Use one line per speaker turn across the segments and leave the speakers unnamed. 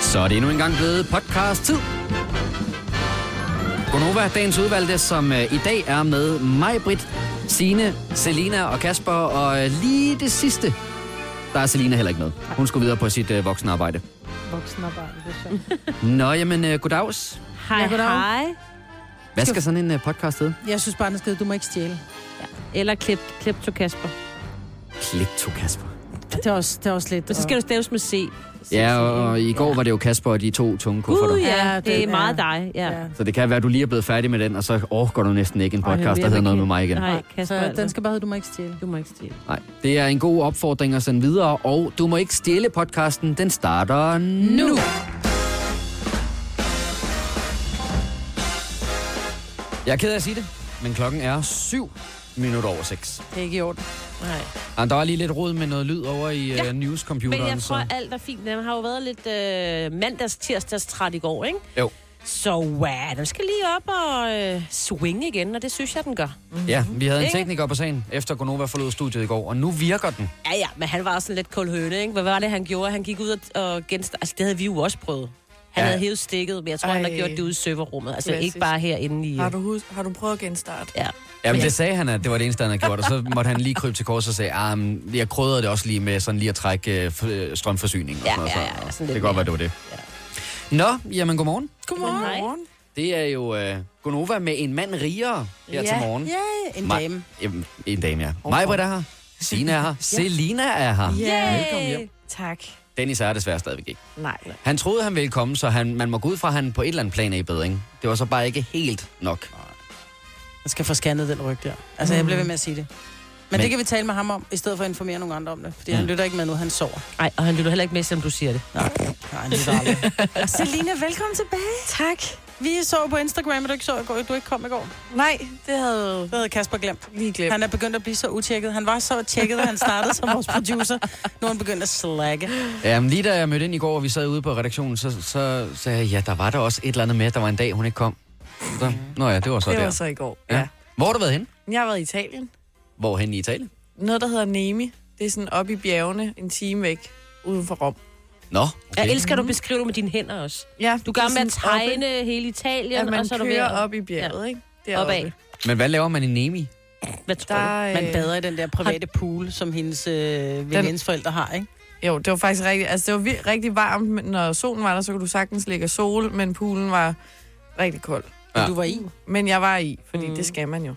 Så er det endnu en gang blevet podcast-tid. Gonova, dagens udvalgte, som øh, i dag er med mig, Britt, Sine, Selina og Kasper. Og øh, lige det sidste, der er Selina heller ikke med. Hun skulle videre på sit øh, voksenarbejde.
Voksenarbejde, det er sjovt.
Nå, jamen, øh, goddags.
Mm. Hej,
Ja,
ja,
goddag.
hej.
Hvad skal sådan en øh, podcast hedde?
Jeg synes bare, den er skide, du må ikke stjæle.
Eller klip, klip to Kasper.
Klip to Kasper.
Det er også, det er også lidt...
Og så skal du staves med C.
Ja, og i går var det jo Kasper og de to tunge kufferter.
Uh, ja,
Ja,
det,
det-
er meget
ja.
dig. Ja. ja.
Ja.
Så det kan være, at du lige er blevet færdig med den, og så overgår du næsten ikke en
jeg
podcast,
vil
der hedder
ikke-
noget med mig igen.
Nej, Kasper.
Så
altså.
den skal bare hedde, du må ikke stjæle.
Du må ikke stille.
Nej. Det er en god opfordring at sende videre, og du må ikke stjæle podcasten. Den starter nu. Jeg er ked af at sige det, men klokken er 7 minutter over 6.
Det er ikke i orden.
Nej.
Og der er lige lidt rod med noget lyd over i ja. newscomputeren.
Men jeg tror,
så...
alt er fint. Den har jo været lidt øh, mandags-tirsdags-træt i går, ikke?
Jo.
Så wow, den skal lige op og øh, swinge igen, og det synes jeg, den gør.
Mhm.
Ja, vi havde en
Mhm. Ikke?
tekniker på sagen, efter Gonova forlod studiet i går, og nu virker den.
Ja, ja, men han var også sådan lidt kold høne, ikke? Hvad var det, han gjorde? Han gik ud og, og genst... Altså, det havde vi jo også prøvet. Han
Ja.
ja. havde hævet stikket, men jeg tror, Ej. han har
Ej.
gjort det ude i serverrummet. Altså,
Klassisk.
ikke bare herinde i... øh,
Har du, hus- har du prøvet at genstarte?
Ja.
Jamen,
Ja.
det sagde han, at det var det eneste, han havde gjort, og så måtte han lige krybe til kors og sige, ah, men jeg krydrede det også lige med sådan lige at trække øh, f- øh, strømforsyning og
Ja,
sådan noget.
ja, ja,
så-
sådan
og
lidt
det kan godt være, det var det. Nå, jamen godmorgen.
Godmorgen.
Hej.
Det er jo øh, Gonova med en mand rigere her til morgen.
Ja, en
Maj-
dame.
Jamen, en dame, ja. Majbrit er her. Sina er her. Selina er her.
Ja.
Velkommen hjem.
Tak.
Dennis er desværre stadigvæk ikke.
Nej.
Han troede, han ville komme, så han, man må gå ud fra, at han på et eller andet plan er i bedring. Det var så bare ikke helt nok.
Jeg skal få scannet den ryg der. Altså, jeg bliver ved med at sige det. Men,
Men-
det kan vi tale med ham om, i stedet for at informere nogle andre om det. Fordi han lytter ikke med nu, han sover.
Nej, og han lytter heller ikke med, selvom du siger det.
Nej, nej, han lytter aldrig. Selina, velkommen tilbage.
Tak.
Vi så på Instagram, at du ikke, så, i går- du ikke kom i går.
Nej, det havde
Det havde Kasper glemt.
lige glemt.
Han er begyndt at blive så utjekket. Han var så tjekket, da han startede som vores producer. Nu er han begyndt at slagge.
Jamen, lige da jeg mødte ind i går, og vi sad ude på redaktionen, så, så sagde jeg, ja, der var der også et eller andet med, at der var en dag, hun ikke kom. Så, nå ja, det var så
det
der.
var så i går.
Ja. Hvor har du været henne?
Jeg har været i Italien.
Hvorhen i Italien?
Noget, der hedder Nemi. Det er sådan oppe i bjergene, en time væk, uden for Rom.
Nå,
Jeg
okay.
elsker, at du beskriver det med dine hænder også.
Ja,
Du gør med at tegne hele Italien,
at man
og så er du ved
kører
at...
op i bjerget, ikke? Deroppe.
opad.
Men hvad laver man i Nemi?
Hvad tror du?
Der, øh,
Man
man bad.
bader i den der private pool, som hendes øh, venindes forældre har, ikke?
Jo, det var faktisk rigtig, altså det var vir- rigtig varmt, men når solen var der, så kunne du sagtens ligge og sol, men poolen var rigtig kold.
Ja.
Ja. Du var i.
Men jeg var i, fordi
Mm.
mm. det skal man jo.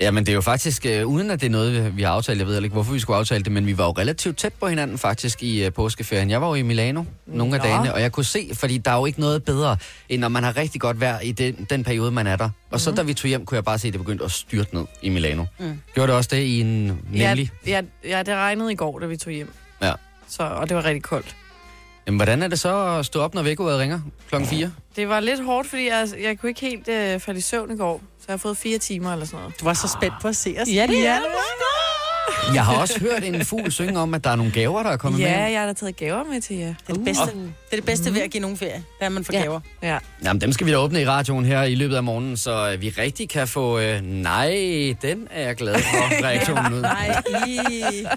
Jamen, det er jo faktisk, øh, uden at det er noget, vi- vi har aftalt, jeg ved heller ikke, hvorfor vi skulle aftale det, men vi var jo relativt tæt på hinanden faktisk i øh, påskeferien. Jeg var jo i Milano nogle af
Nå.
dagene, og jeg kunne se, fordi der er jo ikke noget bedre, end når man har rigtig godt vejr i den, den periode, man er der. Og så da vi tog hjem, kunne jeg bare se, at det begyndte at styrte ned i Milano. Mm.
Mhm. Mm.
Gjorde det også det i en nemlig?
Ja, ja, ja, det regnede i går, da vi tog hjem.
Ja.
Så, og det var rigtig koldt.
Jamen, hvordan er det så at stå op, når vækkeuret ringer klokken 4?
Det var lidt hårdt, fordi jeg, jeg kunne ikke helt øh, falde i søvn i går. Så jeg har fået fire timer eller sådan noget.
Du var så spændt på at se os.
Ja, det er du.
Jeg har også hørt en fugl synge om, at der er nogle gaver, der er kommet
Ja,
med.
jeg har da taget gaver med til jer. Uh.
Det er det bedste, det er det bedste ved at give nogen ferie, det er, at man får
Ja.
gaver.
Ja.
Jamen, dem skal vi da åbne i radioen her i løbet af morgenen, så øh, vi rigtig kan få... Øh, nej, den er jeg glad for, reaktionen ud.
Nej, i,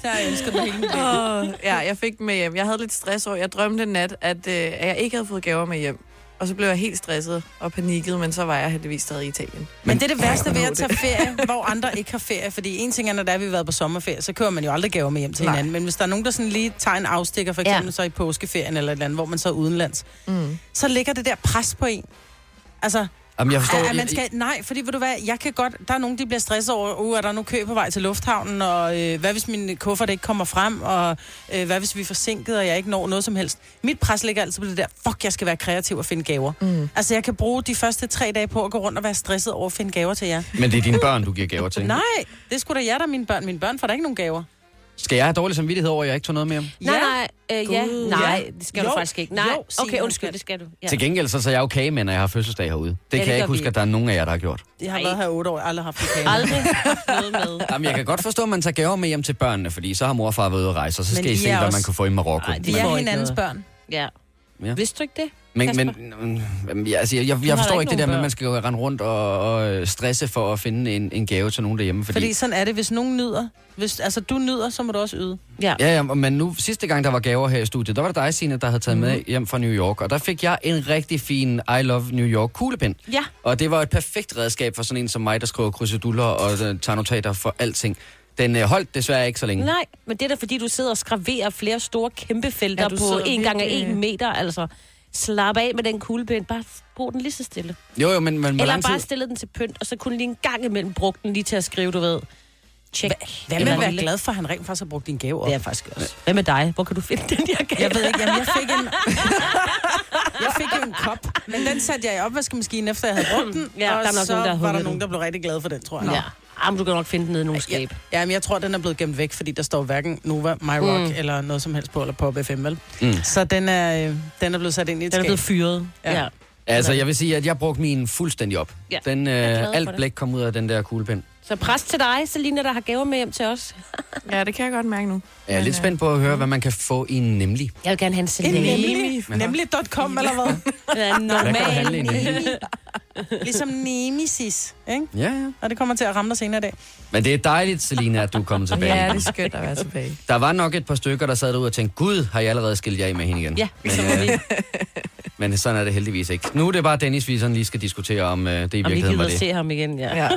der har jeg ønsket mig hele mit liv.
Og, ja, jeg fik dem med hjem. Jeg havde lidt stress over. Jeg drømte en nat, at, øh, at jeg ikke havde fået gaver med hjem. Og så blev jeg helt stresset og panikket, men så var jeg heldigvis stadig i Italien.
Men det er det værste ved at tage ferie, hvor andre ikke har ferie. Fordi en ting er, når der er, vi har været på sommerferie, så kører man jo aldrig gaver med hjem til
Nej.
hinanden. Men hvis der er nogen, der sådan lige tager en afstikker, for
Ja.
eksempel ja. så i påskeferien eller et eller andet, hvor man så er udenlands,
Mm.
så ligger det der pres på en. Altså,
Jamen, jeg forstår...
at, at man skal, nej, fordi ved du hvad, jeg kan godt, der er nogen, de bliver stresset over, uh, er der nu kø på vej til lufthavnen, og øh, hvad hvis min kuffert ikke kommer frem, og øh, hvad hvis vi er forsinket, og jeg ikke når noget som helst. Mit pres ligger altid på det der, fuck, jeg skal være kreativ og finde gaver.
Mm.
Altså, jeg kan bruge de første tre dage på at gå rundt og være stresset over at finde gaver til jer.
Men det er dine børn, du giver gaver til.
Nej, det skulle da jer, der er mine børn. Mine børn får da ikke nogen gaver.
Skal jeg have dårlig samvittighed over, at jeg ikke tog noget med hjem?
Nej, nej, øh, ja,
Gud.
nej, det skal jo.
Jo.
du faktisk ikke. Nej,
Jo, sig,
okay,
hun
undskyld,
skal.
det skal du. Ja.
Ja. Til gengæld så, så er jeg jo kagemand, når jeg har fødselsdag herude. Det ja, kan
gør
jeg ikke huske,
vi.
at der er nogen af jer, der har gjort.
Jeg har
Nej.
været her otte år, jeg har aldrig haft en kage.
Aldrig haft noget med.
Jamen, jeg kan godt forstå, at man tager gaver med hjem til børnene, fordi så har mor og far været ude at rejse, og så
Men
skal I
I
se,
er
hvad
også-
man kan få i Marokko.
Ej, de
Men-
Vi
får
er
ikke
hinandens
noget.
børn.
Ja.
Ja.
Vidste du ikke det?
Men,
Kasper?
men mm, ja, altså, jeg, jeg, jeg
har
forstår
da ikke
ikke det der
nogen
med, at
børn.
man skal jo rende rundt og, og stresse for at finde en, en gave til nogen derhjemme. Fordi,
Fordi sådan er det, hvis nogen nyder. Hvis, altså, du nyder, så må du også yde.
Ja.
Ja, ja, men nu sidste gang, der var gaver her i studiet, der var det dig, Signe, der havde
Mhm.
taget mm-hmm. med hjem fra New York. Og der fik jeg en rigtig fin I Love New York kuglepind.
Ja.
Og det var et perfekt redskab for sådan en som mig, der skriver krydseduller og øh, tager notater for alting. Den øh, holdt desværre ikke så længe.
Nej, men det er da fordi, du sidder og skraverer flere store kæmpe felter
Ja,
ja,
du
på
sidder
en gang af
virkelig-
en meter, altså. Slap af med den kuglepind, bare brug den lige så stille.
Jo, jo, men, men hvor
Eller
lang tid...
bare stille den til pynt, og så kun lige en gang imellem bruge den lige til at skrive, du ved. Tjek.
Hvad med at være glad for, at han rent faktisk har brugt din gave op?
Det er jeg faktisk også. Hvad med dig? Hvor kan du finde den her gave?
Jeg ved ikke, jamen, jeg fik en... jeg fik jo en kop, men den satte jeg i opvaskemaskinen, efter jeg havde brugt den.
Ja,
og
der er nok
så
nogen, der har
var der
hugget
nogen,
den.
der blev rigtig glade for den, tror jeg.
Ja. Jamen, du kan nok finde den nede i nogle skab.
Ja, jamen, jeg tror, den er blevet gemt væk, fordi der står hverken Nova, My Rock mm. eller noget som helst på, eller Pop FM, vel? Mm. Så den er, øh, den er blevet sat ind i et
Den er
skab.
blevet fyret.
Ja.
Ja. ja.
Altså, jeg vil sige, at jeg brugte min fuldstændig op.
Ja,
Den, øh,
er glad for
alt
det.
blæk kom ud af den der kuglepind.
Så pres til dig, Selina, der har gaver med hjem til os.
Ja, det kan jeg godt mærke nu.
Jeg er lidt spændt på at høre, hvad man kan få i en nemlig.
øh, mm. Jeg vil gerne have en Selina.
Nemlig, nemlig.com, eller hvad?
Ja,
Hvad kan du handle i en
normal.
nemlig?
Ligesom Nemesis, ikke?
Ja, ja.
Og det kommer til at ramme dig senere i dag.
Men det er dejligt, Selina, at du er kommet tilbage.
Ja, det er skønt at være tilbage.
Der var nok et par stykker, der sad derude og tænkte, gud, har jeg allerede skilt jer af med hende igen.
Ja,
men, øh,
så må vi,
men sådan er det heldigvis ikke. Nu er det bare Dennis, vi sådan lige skal diskutere, om øh, det i
om vi
virkeligheden var
gider at
det.
se ham igen, ja.
Ja.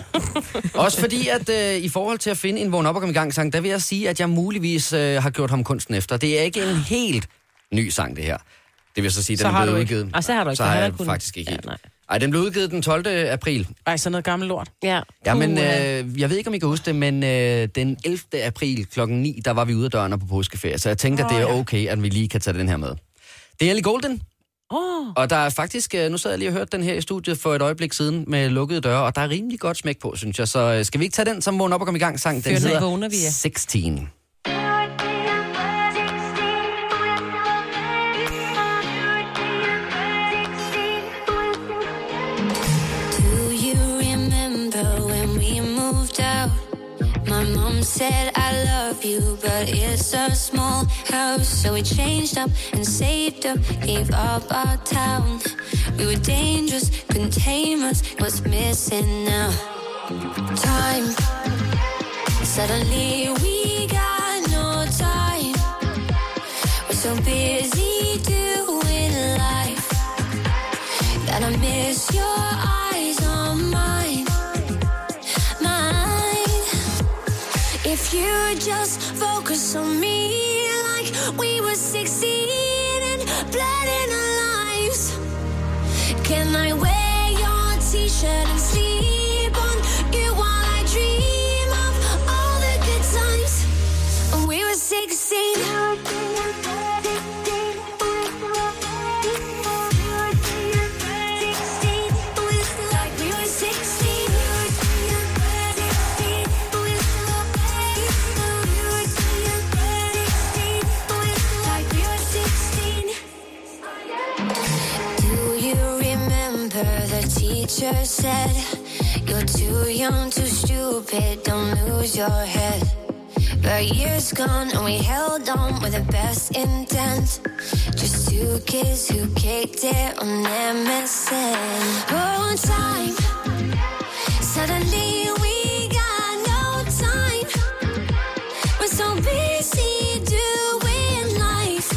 Også fordi, at øh, i forhold til at finde en vågn op og komme i gang sang, der vil jeg sige, at jeg muligvis øh, har gjort ham kunsten efter. Det er ikke en helt ny sang, det her. Det vil så sige, at
Så
den
har
blev
du ikke.
udgivet.
Og så har du ikke.
så
der
har
har
jeg
der kun-
faktisk ikke
Ja,
helt.
nej.
Ej, den blev udgivet den 12. april.
Ej, sådan noget gammelt lort.
Ja.
Ja, men
Puha.
øh, jeg ved ikke, om I kan huske det, men øh, den 11. april klokken 9, der var vi ude af døren og på påskeferie, så jeg tænkte, at det er okay, at vi lige kan tage den her med. Det er Ellie Golden,
Åh, oh,
og der er faktisk, øh, nu sad jeg lige og hørte den her i studiet for et øjeblik siden med lukkede døre, og der er rimelig godt smæk på, synes jeg, så øh, skal vi ikke tage den som vågen op og komme i gang sang? Den
Fyrtende
hedder
vågner vi er.
16.
Do you remember when we moved out? My mom said I love you, but it's a small house. So we changed up and saved up, gave up our town. We were dangerous, couldn't tame us. What's missing now? Time. Suddenly we got no time. We're so busy doing life that I miss your eyes on mine, mine. If you just focus on me like we were 16 and blood in our lives, can I wear your t-shirt and sleep on you while I dream of all the good times? when We were 16. Like we were 16. Like we were 16. Do you remember the teacher said you're too young, too stupid, don't lose your head? But years gone and we held on with the best intent. Just two kids who kicked it on MSN. Oh, time. Suddenly we got no time. We're so busy doing life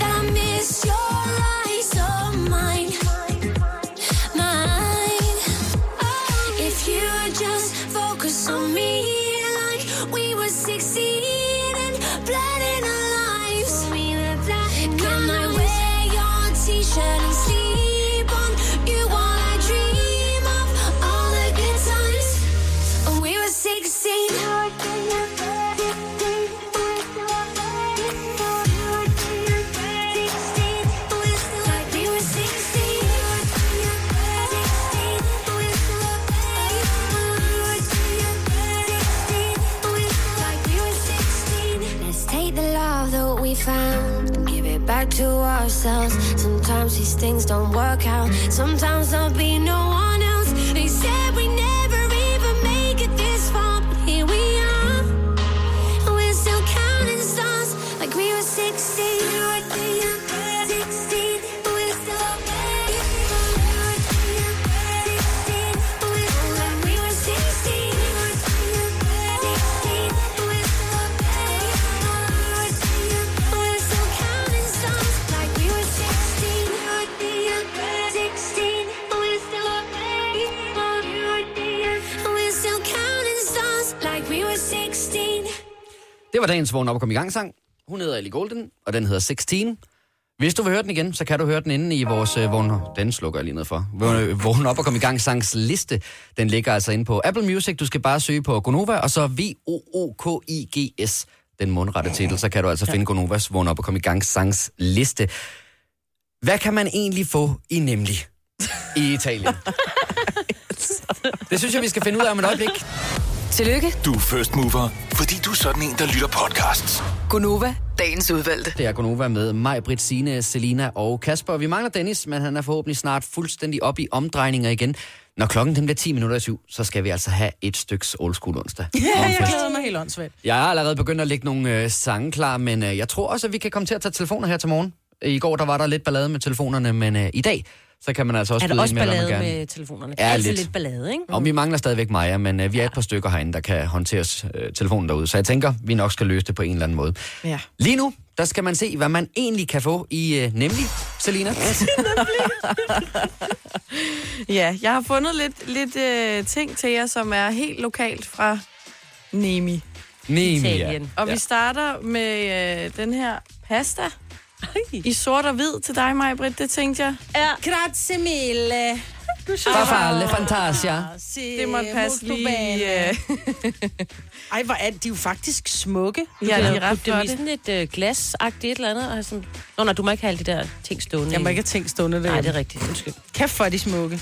that I miss your eyes of mine, mine. Oh, If you just focus on me like we were 16 and blood in our lives, can I wear your t-shirt and sleep on you while I dream of all the good times when we were 16 Let's take the love that we found and give it back to ourselves. Sometimes these things don't work out. Sometimes there'll be no one else. They said we never even make it this far, but here we are. And we're still counting stars like we were 16. We were 16. We
Det var dagens vågen op og kom i gang sang. Hun hedder Ellie Golden, og den hedder 16. Hvis du vil høre den igen, så kan du høre den inde i vores øh, vågen... Den slukker jeg lige ned for. Vågen- Vågen op og kom i gang sangs liste. Den ligger altså inde på Apple Music. Du skal bare søge på Gonova, og så V-O-O-K-I-G-S. Den mundrette titel, så kan du altså finde Gonovas vågen op og kom i gang sangs liste. Hvad kan man egentlig få i nemlig i Italien? Det synes jeg, vi skal finde ud af om et øjeblik.
Tillykke,
Du er first mover, fordi du er sådan en, der lytter podcasts.
Gunova, dagens udvalgte.
Det er Gonova med mig, Britt, Signe, Selina og Kasper. Vi mangler Dennis, men han er forhåbentlig snart fuldstændig op i omdrejninger igen. Når klokken den bliver 10 minutter i syv, så skal vi altså have et styks old school onsdag.
Ja,
Og en
jeg
fest.
glæder mig helt åndssvagt.
Jeg har allerede begyndt at lægge nogle øh, sange klar, men øh, jeg tror også, at vi kan komme til at tage telefoner her til morgen. I går der var der lidt ballade med telefonerne, men øh, i dag, så kan man altså også
Er der
byde
også
ind med, hvad man
ballade
gerne-
med telefonerne?
Ja,
Altid
lidt.
lidt ballade, ikke?
Og vi mangler stadigvæk Maja, men øh, vi er et par stykker herinde, der kan håndtere øh, telefonen derude. Så jeg tænker, vi nok skal løse det på en eller anden måde.
Ja.
Lige nu, der skal man se, hvad man egentlig kan få i øh, nemlig, Selina.
Ja, jeg har fundet lidt, lidt øh, ting til jer, som er helt lokalt fra Nemi.
Nemia.
Italien.
Og ja. vi starter med øh, den her pasta i sort og hvid til dig, Maja Britt. Det tænkte jeg.
Ja. Grazie mille.
Farfar, le fantasia.
Det måtte passe lige. Øh,
Ej, hvor er de er jo faktisk smukke.
ja,
Ja,
de
de
er
ret
ret
dem i
flotte.
sådan et øh, glasagtigt et eller andet. Og sådan... Nå, nej, du må ikke have alle de der ting stående.
Jeg må
i-
ikke have tænkt stående der.
Nej, det er rigtigt. Undskyld.
Kæft for, er de smukke.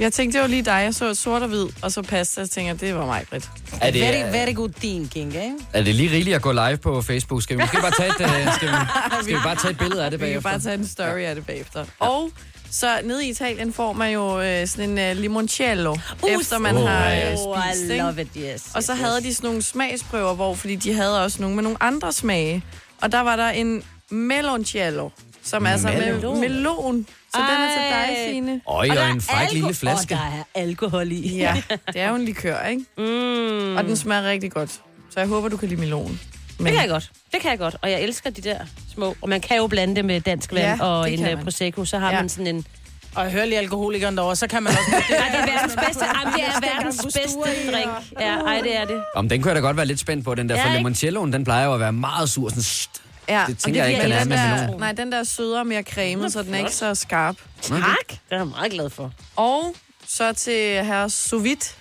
Jeg tænkte, det var lige dig. Jeg så sort og hvid, og så pasta. Så tænkte jeg, det var mig, Britt.
Er det,
Very,
er,
very good thinking, ikke?
er det lige rigeligt at gå live på Facebook? Skal vi måske bare tage et, øh, skal vi, skal vi bare tage et billede af det
Vi kan bare
bagefter?
tage en story af det bagefter. Og så nede i Italien får man jo øh, sådan en øh, limoncello, efter man
Oh,
har
ja.
øh,
Oh,
spist.
I
Ikke?
love it, yes.
Og så havde de sådan nogle smagsprøver, hvor, fordi de havde også nogle med nogle andre smage. Og der var der en meloncello, som er så med
Melon.
melon. Så den er til
Ej.
dig, Signe.
Øj, og en fræk lille flaske.
Og der er alkohol i.
Ja, det er jo en likør, ikke?
Mm.
Og den smager rigtig godt. Så jeg håber, du kan lide melonen. Men
Det kan jeg godt. Det kan jeg godt. Og jeg elsker de der små. Og man kan jo blande det med dansk vand
Ja,
ja, og
det
en
kan
øh,
man.
prosecco. Så har
Ja.
ja. man sådan en...
Og hør lige alkoholikeren derovre, så kan man også...
Nej, det er verdens bedste. Jamen, det er verdens bedste drink. Ja, ej, det er det.
Om den kunne jeg da godt være lidt spændt på, den der,
Ja,
for
ikke?
limoncelloen, den plejer jo at være meget sur. Sådan, sht.
ja.
det
og
tænker jeg ikke,
bliver
den er med
der-
melon.
Nej, den der er sødere og mere cremet, så den er ikke så skarp.
Tak. Det er jeg meget glad for.
Og så til herre Sovit.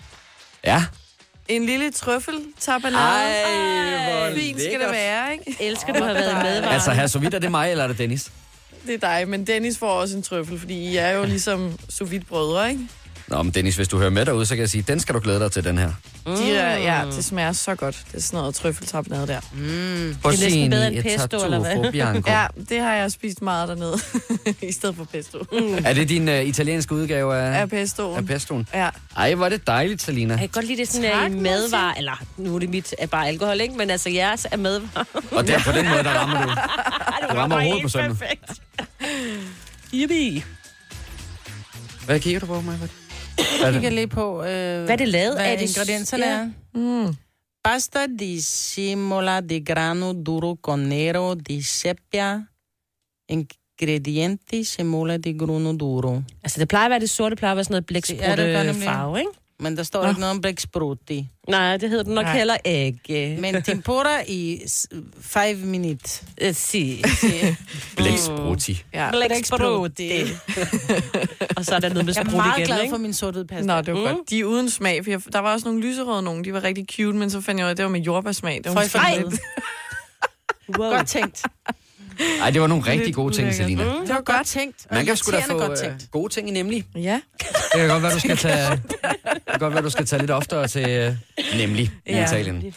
Ja.
En lille trøffel tabanade. Fint skal det være, ikke?
Elsker, du har været med.
Altså, her så vidt, er det mig, eller er det Dennis?
Det er dig, men Dennis får også en trøffel, fordi I er jo ligesom sous brødre, ikke?
Nå, men Dennis, hvis du hører med derude, så kan jeg sige, den skal du glæde dig til, den her.
De er,
Mm.
ja, det smager så godt. Det er sådan noget trøffeltabnade der.
På
næsten
sin
bedre end
et
pesto,
tattoo
eller hvad?
for Bianco.
Ja, det har jeg spist meget dernede, i stedet for pesto.
Mm.
Er det din uh, italienske udgave af,
Af pestoen.
af pestoen?
Ja.
Ej, hvor er det dejligt, Selina.
Jeg kan godt lide det sådan tak, i madvarer, eller nu er det mit er bare alkohol, ikke? Men altså jeres er madvarer.
Og der på den måde, der rammer du. Du rammer hovedet på sømmet.
Yippie.
Hvad kigger du på, mig?
Jeg kigger lige på, øh, hvad,
er det lavet
hvad
af? Er det-
ingredienserne
Ja.
er. Mm. Pasta di simola di grano duro con nero di seppia. Ingredienti simola di grano duro.
Altså, det plejer at være det sorte, plejer at være sådan noget
Ja, det gør
blæksprutte
nemlig.
farve, ikke?
Men der står ikke noget om blæksprutti.
Nej, det hedder den nok
Nej.
heller ikke. Men,
Men tempura i 5 minutes.
uh, sig.
Blækspruti.
ja.
Blæksprutte. og så er der noget med
Jeg er
sprut
meget
igen,
glad
ikke? Mm.
for min sortede pasta. Mm.
Nå, det var godt. De er uden smag, for jeg, der var også nogle lyserøde nogen. De var rigtig cute, men så fandt jeg ud af, at det var med jordbærsmag. Det var
Føj for
måske
helvede.
lidt-
Wow.
Godt tænkt.
Ej, det var nogle rigtig
Lidt
gode ting,
ulækkert. Mm.
Selina.
Det var godt tænkt.
Man kan sgu da
Irriterende
få
godt
øh,
tænkt.
gode ting i nemlig.
Ja.
Det kan godt være, du skal tage, det kan godt være, du skal tage lidt oftere til øh, nemlig i
Ja.
Italien.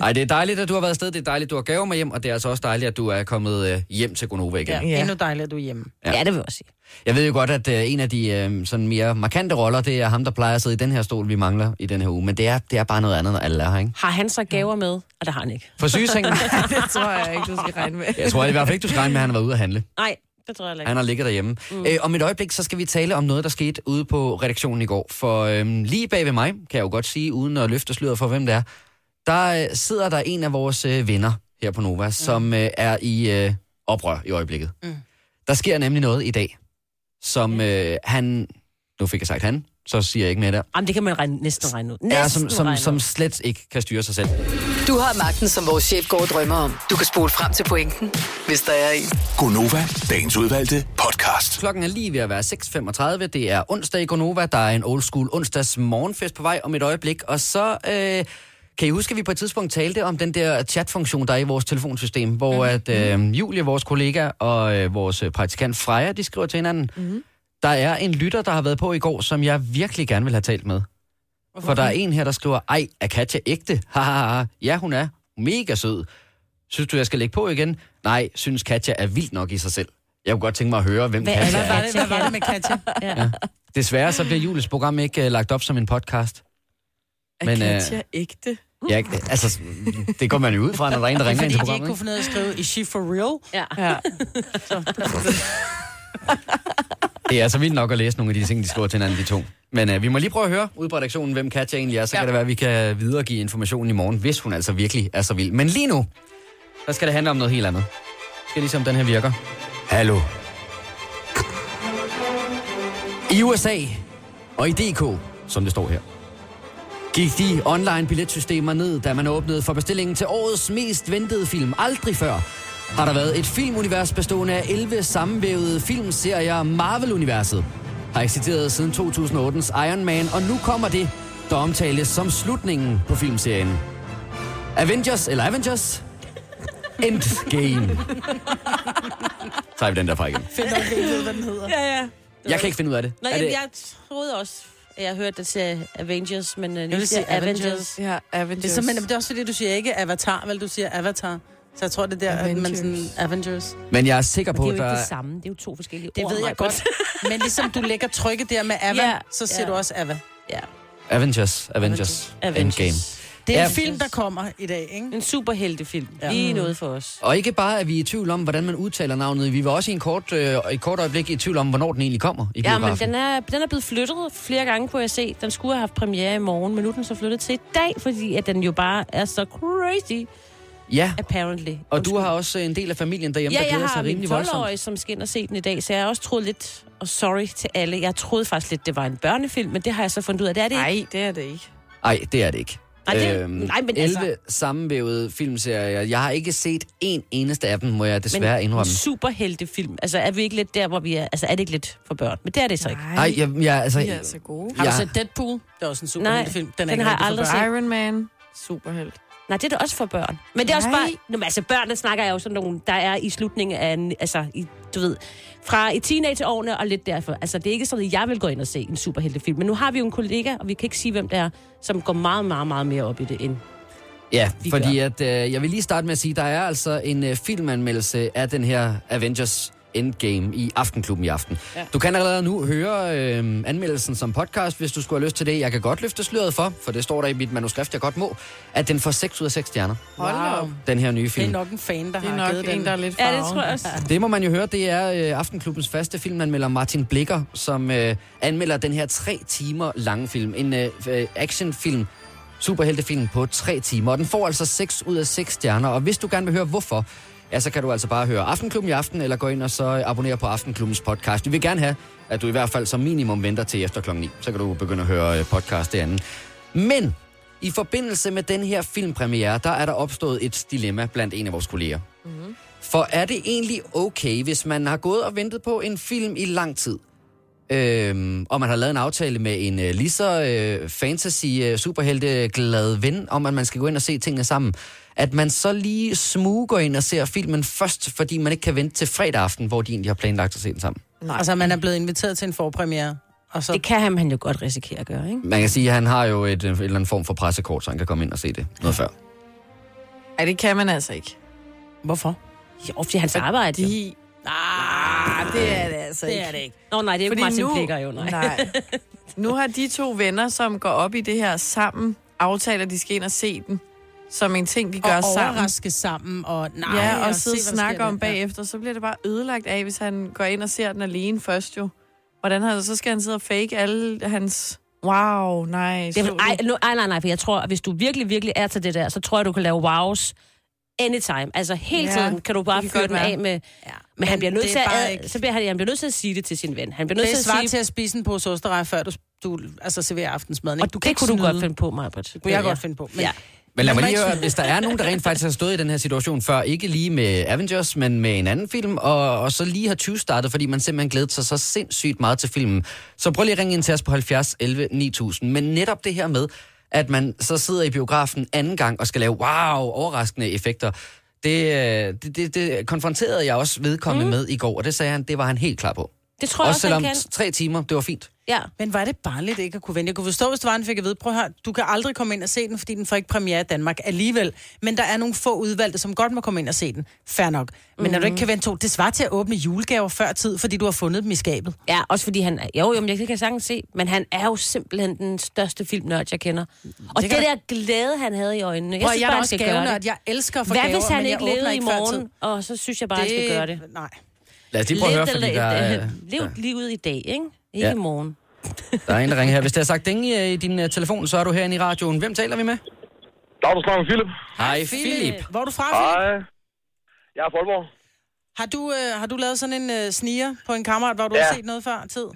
Ej, det er dejligt, at du har været afsted. Det er dejligt, du har gaver med hjem, og det er altså også dejligt, at du er kommet øh, hjem til Gonova igen.
Ja. Endnu dejligt, at du er hjemme.
Ja.
Ja, det vil jeg også sige.
Jeg ved jo godt, at øh, en af de øh, sådan mere markante roller, det er ham, der plejer at sidde i den her stol, vi mangler i den her uge. Men det er, det er bare noget andet, når alle er her, ikke?
Har han så gaver med? Og det har han ikke.
For sygesengen.
Det tror jeg ikke, du skal regne med.
Jeg tror i hvert fald ikke, du skal regne med, at han har været ude at handle.
Nej, det tror jeg heller ikke.
Han har ligget derhjemme. Mm. Øh, om et øjeblik, så skal vi tale om noget, der skete ude på redaktionen i går. For øhm, lige bag ved mig, kan jeg jo godt sige, uden at løfte sløret for, hvem det er, der øh, sidder der en af vores øh, venner her på Nova, mm. som øh, er i øh, oprør i øjeblikket. Mm.
Mm.
Der sker nemlig noget i dag,
Mm.
som øh, han... Nu fik jeg sagt han, så siger jeg ikke mere der.
Jamen, det kan man regne, næsten regne ud. Næsten
Er, som, som,
regne
som
ud.
slet ikke kan styre sig selv.
Du har magten, som vores chef går og drømmer om. Du kan spole frem til pointen, hvis der er en.
Gonova, dagens udvalgte podcast.
Klokken er lige ved at være 6.35. Det er onsdag i Gonova. Der er en old school onsdags morgenfest på vej om et øjeblik. Og så øh, kan I huske, at vi på et tidspunkt talte om den der chatfunktion, der er i vores telefonsystem, hvor at øh, Julie, vores kollega, og øh, vores praktikant Freja, de skriver til hinanden. Mm. Der er en lytter, der har været på i går, som jeg virkelig gerne vil have talt med. For der er en her, der skriver, ej, er Katja ægte? Ha, ha, ha. ja, hun er mega sød. Synes du, jeg skal lægge på igen? Nej, synes Katja er vildt nok i sig selv. Jeg kunne godt tænke mig at høre, hvem
Hvad
Hvad
er
Hvad
Katja er.
var det, hvad var det med Katja?
Desværre så bliver Jules program ikke uh, lagt op som en podcast. Men,
Men,
øh,
er Katja ægte?
Ja, altså, det går man jo ud fra, når der er en, der ringer ind
Fordi
til
de ikke
programmet.
kunne
Ikke?
finde ud af at skrive, is she for real?
Ja.
Ja.
Det er altså vildt nok at læse nogle af de ting, de skriver til hinanden, de to. Men uh, vi må lige prøve at høre ude på redaktionen, hvem Katja egentlig er. Så ja. kan det være, at vi kan videregive informationen i morgen, hvis hun altså virkelig er så vild. Men lige nu, der skal det handle om noget helt andet. Det skal ligesom den her virker. Hallo. I USA og i DK, som det står her, gik de online billetsystemer ned, da man åbnede for bestillingen til årets mest ventede film. Aldrig før har der været et filmunivers bestående af 11 sammenvævede filmserier. Marvel-universet har eksisteret siden 2008's Iron Man, og nu kommer det, der omtales som slutningen på filmserien. Avengers, eller Avengers, Endgame. Så tager vi den derfra igen.
Find nok ikke ud, hvad den hedder.
ja, ja.
Jeg kan ikke finde ud af det.
Nå,
er det
jamen, jeg troede også, at jeg hørte det til Avengers, men uh, nu siger
vil sige
Avengers.
Avengers.
Avengers.
Ja, Avengers.
Det er, simpelthen, det er også fordi, du siger ikke Avatar, vel? Du siger Avatar. Så jeg tror, det er der, Avengers. at man sådan...
Avengers.
Avengers.
Men jeg er sikker
Det er
på,
jo
at
ikke
der...
det samme. Det er jo to forskellige
Det
ord.
ved jeg
Michael.
godt. Men ligesom du lægger trykket der med Ava,
Ja,
yeah. så siger
ja.
yeah. du også Ava.
Ja.
Avengers, Avengers,
Avengers.
Endgame.
Det er en
Ja.
film, der kommer i dag, ikke?
En superheltefilm.
Ja. Mm.
Ja. Lige noget for os.
Og ikke bare er vi i tvivl om, hvordan man udtaler navnet. Vi var også i en kort, øh, et kort øjeblik i tvivl om, hvornår den egentlig kommer i
Ja,
biografen.
men den er, den er blevet flyttet flere gange, kunne jeg se. Den skulle have haft premiere i morgen, men nu er den så flyttet til i dag, fordi at den jo bare er så crazy,
Ja,
apparently.
og du har også øh, en del af familien
Ja,
derhjemme, der
jeg
glæder
har
sig
min
rimelig voldsomt.
12-årige, som skal ind og se den i dag, så jeg har også troet lidt, og sorry til alle, jeg troede faktisk lidt, det var en børnefilm, men det har jeg så fundet ud af, det er det ikke.
Nej, det er det ikke.
Nej, det er det ikke.
Nej, det- nej, men
11
altså-
sammenvævede filmserier. Jeg har ikke set en eneste af dem, må jeg desværre men... indrømme.
en superheltefilm. Altså, er vi ikke lidt der, hvor vi er... Altså, er det ikke lidt for børn? Men det er det så ikke.
Nej, jeg, jeg, altså,
De er
ja,
altså gode.
Har du
jeg,
set Deadpool? Det er også en
Nej,
superheltefilm. Den, er
den
ikke
har jeg
rigtig for
aldrig
børn.
set.
Iron Man, superhelt.
Nej, det er da også for børn. Men det er også
Nej.
bare... Nå, men altså, børnene snakker jeg jo sådan nogle, der er i slutningen af... en- Altså, i, du ved, fra i teenageårene og lidt derfor. Altså, det er ikke sådan, at jeg vil gå ind og se en superheltefilm. Men nu har vi jo en kollega, og vi kan ikke sige, hvem det er, som går meget, meget, meget mere op i det end...
ja,
Vi
fordi at, øh, jeg vil lige starte med at sige, der er altså en øh, filmanmeldelse af den her Avengers Endgame i Aftenklubben i aften. Ja. Du kan allerede nu høre øh, anmeldelsen som podcast, hvis du skulle have lyst til det. Jeg kan godt løfte sløret for, for det står der i mit manuskript, jeg godt må, at den får 6 ud af 6 stjerner,
Hold da op.
den her nye
Det er
film.
nok en fan, der
Det er
har givet
nok en,
den.
der er lidt
Ja,
farven.
det tror jeg også.
Det må man jo høre, det er øh, Aftenklubbens faste filmanmelder Martin Blikker, som øh, anmelder den her tre timer lange film. En øh, øh, actionfilm, superheltefilm på tre timer. Og den får altså 6 ud af 6 stjerner, og hvis du gerne vil høre hvorfor, ja, så kan du altså bare høre Aftenklubben i aften, eller gå ind og så øh, abonnere på Aftenklubbens podcast. Vi vil gerne have, at du i hvert fald som minimum venter til efter klokken 9, så kan du begynde at høre øh, podcast derinde. Men i forbindelse med den her filmpremiere, der er der opstået et dilemma blandt en af vores kolleger. For er det egentlig okay, hvis man har gået og ventet på en film i lang tid, øhm, og man har lavet en aftale med en øh, lige så øh, fantasy-superhelte-glad ven, om at man skal gå ind og se tingene sammen, at man så lige smug går ind og ser filmen først, fordi man ikke kan vente til fredag aften, hvor de egentlig har planlagt at se den sammen.
Altså, man er blevet inviteret til en forpremiere. Og så
Det kan han, han jo godt risikere at gøre, ikke?
Man kan sige, at han har jo et, øh, en eller anden form for pressekort, så han kan komme ind og se det noget før.
Ej, det kan man altså ikke.
Hvorfor?
Jo, fordi hans arbejde. jo.
De... Ah, det er det altså ikke.
ikke. Nå, nej, det er Fordi ikke Martin nu... Blikker jo, nej.
nej. Nu har de to venner, som går op i det her sammen, aftalt, at de skal ind og se den som en ting, de gør
og
sammen.
overraske sammen, og nej,
Ja, og
se,
sidde og
hvad der
snakke
sker
om
der. Ja.
bagefter. Så bliver det bare ødelagt af, hvis han går ind og ser den alene først jo. Hvordan har, så skal han sidde og fake alle hans... Wow, nej.
Det er,
så
vel- ej, nu, ej, nej, nej, for jeg tror, at hvis du virkelig, virkelig er til det der, så tror jeg, du kan lave wows anytime. Altså hele
Ja,
tiden kan du bare
det kan
fyre
godt
den
være.
af med...
Ja.
Men han
Men
bliver nødt
det
til
er
at,
bare
ikke...
ikke-
så bliver han, han bliver nødt til at sige det til sin ven. Han bliver nødt
Det
til
er
at
svar
sige...
til at spise en pose osterej, før du, du altså, serverer aftensmaden.
Og du, det,
er
kunne du
snyde.
godt finde på, Majbert.
Det kunne jeg godt finde på. Men
Ja.
ja.
Men lad
Man
mig
må
lige
ikke
høre,
snyde.
hvis der er nogen, der rent faktisk har stået i den her situation før, ikke lige med Avengers, men med en anden film, og, og så lige har 20 startet, fordi man simpelthen glæder sig så sindssygt meget til filmen. Så prøv lige at ringe ind til os på 70 11 9000. Men netop det her med, at man så sidder i biografen anden gang og skal lave wow, overraskende effekter, det, øh, det, det, det konfronterede jeg også vedkommende mm. med i går, og det sagde han, det var han helt klar på.
Det tror jeg
også
også, han kan.
selvom tre timer, det var fint.
Ja.
Men var det bare lidt ikke at kunne vente? Jeg kunne forstå, hvis det var, han fik at vide, prøv her, du kan aldrig komme ind og se den, fordi den får ikke premiere i Danmark alligevel. Men der er nogle få udvalgte, som godt må komme ind og se den. Fair nok. Men
Mhm.
når du ikke kan vente to, det svarer til at åbne julegaver før tid, fordi du har fundet dem i skabet.
Ja, også fordi han... er- Jo, jo, men jeg kan sagtens se, men han er jo simpelthen den største filmnørd, jeg kender. Og det,
kan
der glæde, han havde i øjnene. Jeg
Prøv,
synes
jeg er
bare,
da
han
også
skal gøre
gavenørd.
det.
Jeg elsker at få
Hvad
gaver,
hvis han
men jeg
ikke
åbner
levede i
ikke før tid.
morgen, og så synes jeg bare, han skal gøre det.
Nej.
Lad os lige prøve at høre,
Lidt
fordi
eller-
der, er-
øh, Lev livet i dag, ikke? Ikke
Ja.
i morgen.
der er en, der ringer her. Hvis det har sagt ding i, i din uh, telefon, så er du herinde i radioen. Hvem taler vi med?
Dag, du snakker med Philip.
Hej, Philip.
Hvor er du fra, Philip?
Hej. Jeg er fra Aalborg.
Har du, øh, har du lavet sådan en øh, sniger på en kammerat, hvor du
Ja.
har set noget før tid?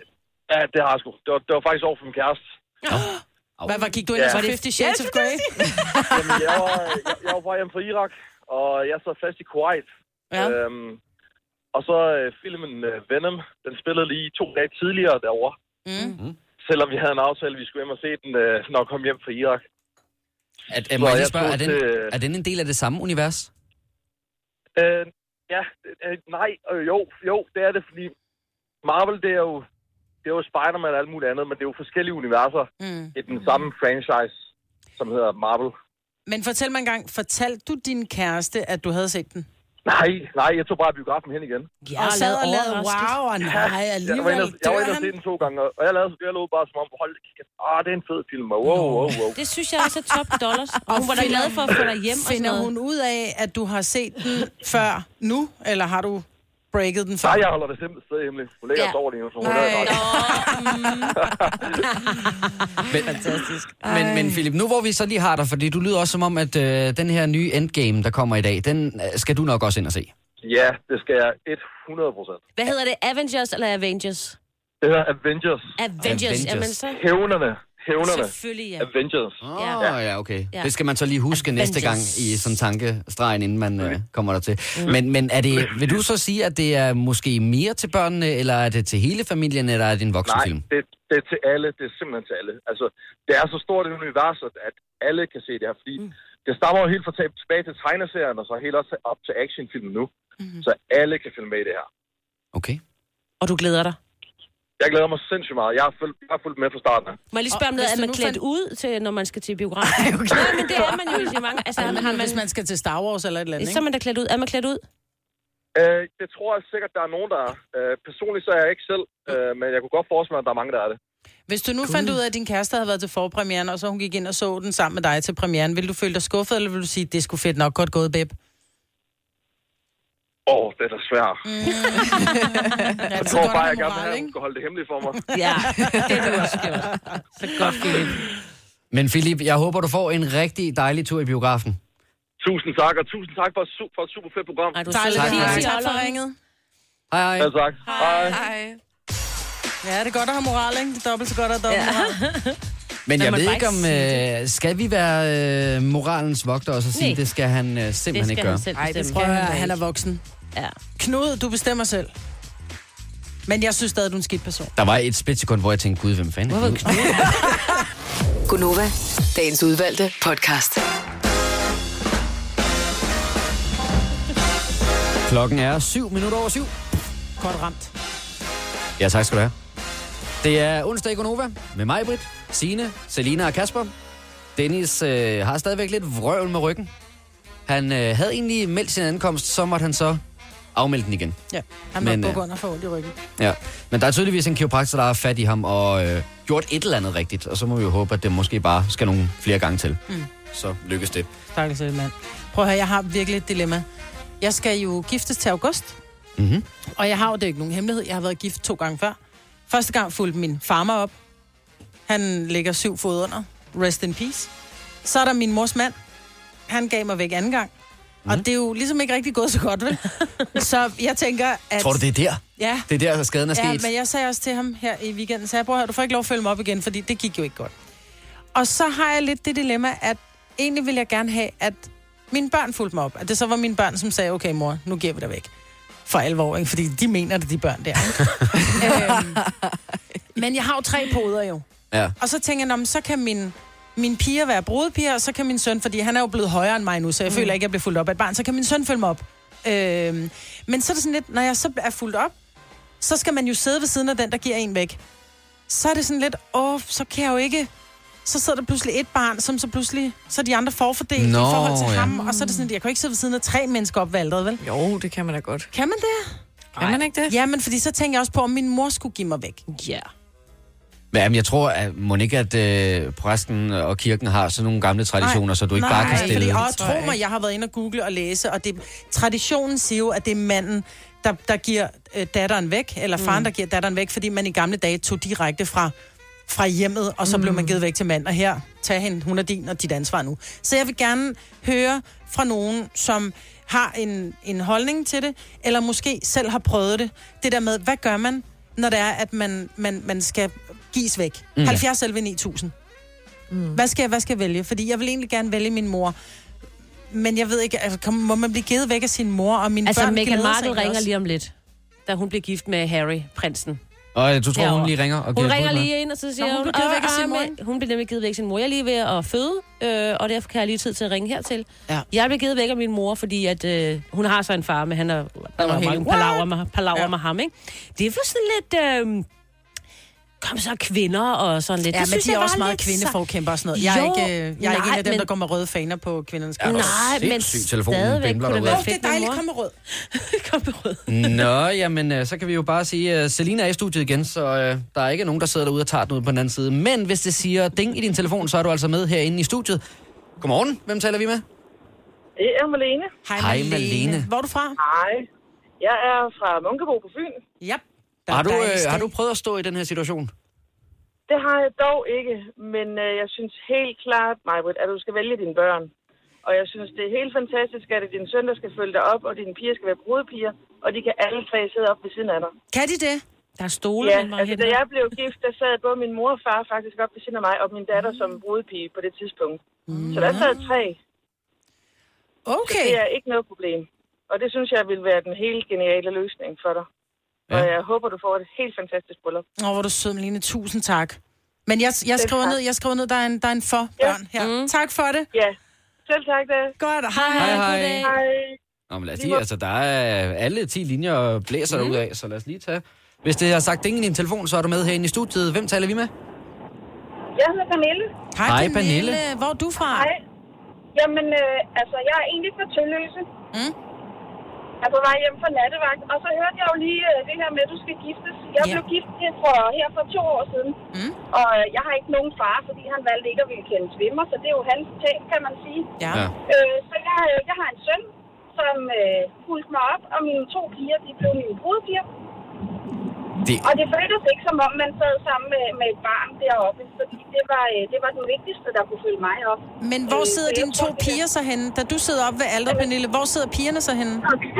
Ja, det har jeg sgu. Det var, det var faktisk over for min kæreste.
Hvad var, gik du ind
Ja.
og så 50 Shades of Grey?
Jamen, jeg, var, jeg, jeg var på vej hjem fra Irak, og jeg sad fast i Kuwait.
Ja.
Øhm, og så øh, filmen øh, Venom, den spillede lige to dage tidligere derovre.
Mm.
Selvom vi havde en aftale, vi skulle hjem og se den, øh, når jeg kom hjem fra Irak.
Er, er, må jeg
jeg
lige spørge, er
tror,
den,
det-
er den en del af det samme univers?
Øh, ja, øh, nej, øh, jo, jo, det er det, fordi Marvel, det er jo, det er jo Spider-Man og alt muligt andet, men det er jo forskellige universer
Mm.
i den samme franchise, som hedder Marvel.
Men fortæl mig engang, fortalte du din kæreste, at du havde set den?
Nej, nej, jeg tog bare biografen hen igen.
Jeg
og
har
sad og lavede,
overrasket.
wow, og nej,
Jeg var inde og,
alligevel
jeg var
dør
inde og se
han.
den to gange, og- og jeg lavede, jeg lå bare som om, hold da kæft, ah, det er en fed film, og wow, wow, wow.
Det synes jeg også er top dollars. Og hun var da
finder-
glad for at få dig hjem og sådan
Finder
noget.
hun ud af, at du har set den før nu, eller har du breaket den før?
Nej, jeg holder det simpelthen stadig hemmeligt. Hun ligger
Ja.
ja. over lige nu, så hun
Nej.
hører det godt.
Men, Fantastisk. Men, men Philip, nu hvor vi så lige har dig, fordi du lyder også som om, at øh, den her nye Endgame, der kommer i dag, den øh, skal du nok også ind og se.
Ja, det skal jeg 100 procent.
Hvad hedder det? Avengers eller Avengers?
Det hedder Avengers.
Avengers.
Avengers.
Jamen så...
Hævnerne. Hævnerne.
Selvfølgelig, ja.
Avengers.
Åh,
Ja.
Ah, ja, okay.
Ja.
Det skal man så lige huske næste gang
Avengers. Mm.
i sådan tankestregen, inden man øh, kommer der til. Men, men er det, vil du så sige, at det er måske mere til børnene, eller er det til hele familien, eller er det en
Nej,
voksenfilm?
det, det er til alle. Det er simpelthen til alle. Altså, det er så stort et univers, at, at alle kan se det her, fordi mm. det stammer jo helt fra tab- tilbage til tegneserien, og så helt også op til actionfilmen nu. Mm. Så alle kan filme med i det her.
Okay.
Og du glæder dig.
Jeg glæder mig sindssygt meget. Jeg har fulgt, jeg har fulgt med fra starten af.
Må jeg lige spørge om
Og
noget?
hvis
Er
du
man
nu
klædt
fandt-
ud, til, når man skal til biografen? okay. Nej, men det er man jo i så mange. Altså, har man, har man,
Hvis man skal til Star Wars eller et eller andet,
så er
ikke?
man da klædt ud. Er man klædt ud?
Øh, det tror jeg sikkert, der er nogen, der er. Øh, personligt så er jeg ikke selv,
Mm.
øh, men jeg kunne godt forestille mig, at der er mange, der er det.
Hvis du nu fandt ud af, at din kæreste havde været til forpremieren, og så hun gik ind og så den sammen med dig til premieren, ville du føle dig skuffet, eller ville du sige, det skulle fedt nok godt gået, babe?
Åh, oh, det er da svært. Mm,
Ja,
jeg tror bare, jeg gerne vil have, at hun kan holde det hemmeligt for mig.
Ja, det er du også gjort. Så godt, Philip.
Men Philip, jeg håber, du får en rigtig dejlig tur i biografen.
tusind tak, og tusind tak for, et su- for et super fedt program.
Ej, du er
Dejligt,
sød.
tak,
Tak,
tak,
tak.
tak for ringet.
Hej, hej.
Selv tak. Hej.
Ej.
Ja, det er godt at have moral, ikke? Det er dobbelt så godt at have dobbelt moral.
Men
Når
jeg
man
ved
bare
ikke,
ikke
om øh, skal vi være øh, moralens vogter og så sige,
Nej.
det skal han øh,
Det
simpelthen
skal
ikke gøre.
han selv
Ej, det
bestemme.
prøver jeg, han er voksen.
Ja.
Knud, du bestemmer selv. Men jeg synes stadig, du er en skidt person.
Der var et splitsekund, hvor jeg tænkte, gud, hvem fanden er det?
Gunova, dagens udvalgte podcast.
Klokken er syv minutter over syv.
Godt ramt.
Ja, tak skal du have. Det er onsdag i Gonova med mig, Britt, Signe, Selina og Kasper. Dennis øh, har stadigvæk lidt vrøvl med ryggen. Han øh, havde egentlig meldt sin ankomst, så måtte han så afmelde den igen.
Ja, han
Men,
må
øh,
bukke under for ondt i ryggen.
Ja, men der er tydeligvis en kiropraktor, der har fat i ham og øh, gjort et eller andet rigtigt. Og så må vi jo håbe, at det måske bare skal nogle flere gange til. Mm. Så lykkes det.
Stakkels lille mand. Prøv at høre, jeg har virkelig et dilemma. Jeg skal jo giftes til august,
Mm-hmm.
og jeg har jo det er jo ikke nogen hemmelighed. Jeg har været gift to gange før. Første gang fulgte min farmer op. Han ligger syv fod under. Rest in peace. Så er der min mors mand. Han gav mig væk anden gang. Og
Mm.
det er jo ligesom ikke rigtig gået så godt, vel? så jeg tænker, at...
Tror du, det er der?
Ja,
Det er der, at skaden er sket?
Ja, men jeg sagde også til ham her i weekenden, så jeg bror, du får ikke lov at følge mig op igen, fordi det gik jo ikke godt. Og så har jeg lidt det dilemma, at egentlig ville jeg gerne have, at mine børn fulgte mig op. At det så var mine børn, som sagde, okay mor, nu giver vi dig væk. For alvor, ikke? Fordi de mener det, de børn der. ikke? øhm, men jeg har jo tre poder jo.
Ja.
Og så tænker jeg, "Nå, men så kan min, min piger være brudepiger, og så kan min søn, fordi han er jo blevet højere end mig nu, så jeg mm. føler ikke, at jeg bliver fuldt op af et barn, så kan min søn følge mig op. Øhm, men så er det sådan lidt, når jeg så er fuldt op, så skal man jo sidde ved siden af den, der giver en væk. Så er det sådan lidt, åh, så kan jeg jo ikke... Så sidder der pludselig et barn, som så pludselig... Så er de andre forfordelt i
Nå,
forhold til
ja.
ham, og så er det sådan, at jeg kan jo ikke sidde ved siden af tre mennesker opvalget, vel?
Jo, det kan man da godt.
Kan man det?
Kan man ikke det?
Ja, men fordi så tænker jeg også på, om min mor skulle give mig væk.
Ja.
Men jamen, jeg tror, at må ikke, at øh, præsten og kirken har sådan nogle gamle traditioner, så du ikke
Nej,
bare kan stille...
fordi, og
Det tror jeg
tro mig,
ikke.
jeg har været inde og google og læse, og det, traditionen siger jo, at det er manden, der, der giver øh, datteren væk, eller faren, mm. der giver datteren væk, fordi man i gamle dage tog direkte fra, fra hjemmet, og så mm. blev man givet væk til mand, og her, tag hende, hun er din, og dit ansvar nu. Så jeg vil gerne høre fra nogen, som har en, en holdning til det, eller måske selv har prøvet det. Det der med, hvad gør man, når det er, at man, man, man skal gives væk? Mm. 70 11 9000. Hvad skal, jeg, hvad skal jeg vælge? Fordi jeg vil egentlig gerne vælge min mor. Men jeg ved ikke, altså, kom, må man blive givet væk af sin mor og mine
Altså,
børn?
Meghan
glæder sig
Markle
egentlig
ringer
også.
lige om lidt, da hun bliver gift med Harry, prinsen.
Og du tror, hun
Derovre.
lige ringer og giver
Hun
et
ringer
bud på
lige ind, og så siger
Nå,
hun,
hun blev givet
"Åh,
væk af sin
ah,
mor,
men- Hun blev nemlig givet væk af sin mor. Jeg er lige ved at føde, øh, og derfor kan jeg lige tid til at ringe hertil.
Ja.
Jeg blev givet væk af min mor, fordi at, øh, hun har så en far, men han er, der var
helt-
mange palaver, med, palaver ja. med ham. Ikke? Det er for sådan lidt... Øh, kom så kvinder og sådan lidt.
Ja,
det
men
synes
de er
jeg
også
var
meget
lidt
kvindeforkæmper og sådan noget. Jeg er
Jo,
ikke, øh, jeg er ikke en
nej,
af dem,
men-
der går med røde faner på kvindernes
Ja,
kvinder.
der
Ja,
er
Nej, men
sindssygt, telefonen
stadigvæk
bimler
kunne det være
derude.
det er
fedt med
dejligt
mor.
at komme med rød.
Kom med rød.
Nå, jamen, øh, så kan vi jo bare sige, uh, Selina er i studiet igen, så øh, der er ikke nogen, der sidder derude og tager den ud på den anden side. Men hvis det siger ding i din telefon, så er du altså med herinde i studiet. Godmorgen, hvem taler vi med?
Det er Malene.
Hej, Malene.
Hvor er du fra?
Hej. Jeg er fra Munkebo på Fyn.
Ja. Der er
Har du,
dejligt
øh,
sted.
har du prøvet at stå i den her situation?
Det har jeg dog ikke, men øh, jeg synes helt klart, Majbrit, at du skal vælge dine børn. Og jeg synes, det er helt fantastisk, at det er din søn, der skal følge dig op, og dine piger skal være brudepiger, og de kan alle tre sidde op ved siden af dig.
Kan de det?
Der er stole
Ja,
med mig
Øh,
altså da jeg blev gift, der sad både min mor og far faktisk op ved siden af mig, og min datter som brudepige på det altså- tidspunkt. Så der sad tre.
Okay.
Det er ikke noget problem. Og det synes jeg vil være den helt geniale løsning for dig.
Ja.
Og jeg håber, du får et helt fantastisk bryllup.
Åh, hvor er du sød, Malene. Tusind tak. Men jeg, jeg skriver
tak.
ned, jeg skriver ned, der er en, der er en for børn her.
Mm.
Tak for det.
Ja. Selv tak da.
Godt. Hej.
Hej, hej.
Hej.
Nå, men lad os lige, altså, der er alle 10 linjer blæser
Mhm.
mm. af, så lad os lige tage. Hvis det har sagt ding i din telefon, så er du med herinde i studiet. Hvem taler vi med?
Jeg hedder Pernille.
Hej,
Hej,
Pernille.
Pernille.
Hvor er du fra?
Hej. Jamen, øh, altså, jeg er egentlig fra Tølløse.
Mm.
Jeg er på vej hjem fra nattevagt, og så hørte jeg jo lige øh, det her med, at du skal giftes. Jeg
Ja.
blev gift her for, her for to år siden,
Mm.
og øh, jeg har ikke nogen far, fordi han valgte ikke at ville kende svimmer, så det er jo hans tab, kan man sige.
Ja.
Ja.
Øh, så jeg, øh, jeg har en søn, som øh, fulgte mig op, og mine to piger, de blev mine brudepiger.
Det,
Og det føltes ikke som om, man sad sammen med, med et barn deroppe, fordi det var, øh, det var den vigtigste, der kunne følge mig op.
Men hvor
Øh,
sidder
så jeg
dine
tror,
to
det er-
piger så henne? Da du sidder op ved alderet, Pernille, hvor sidder pigerne så henne?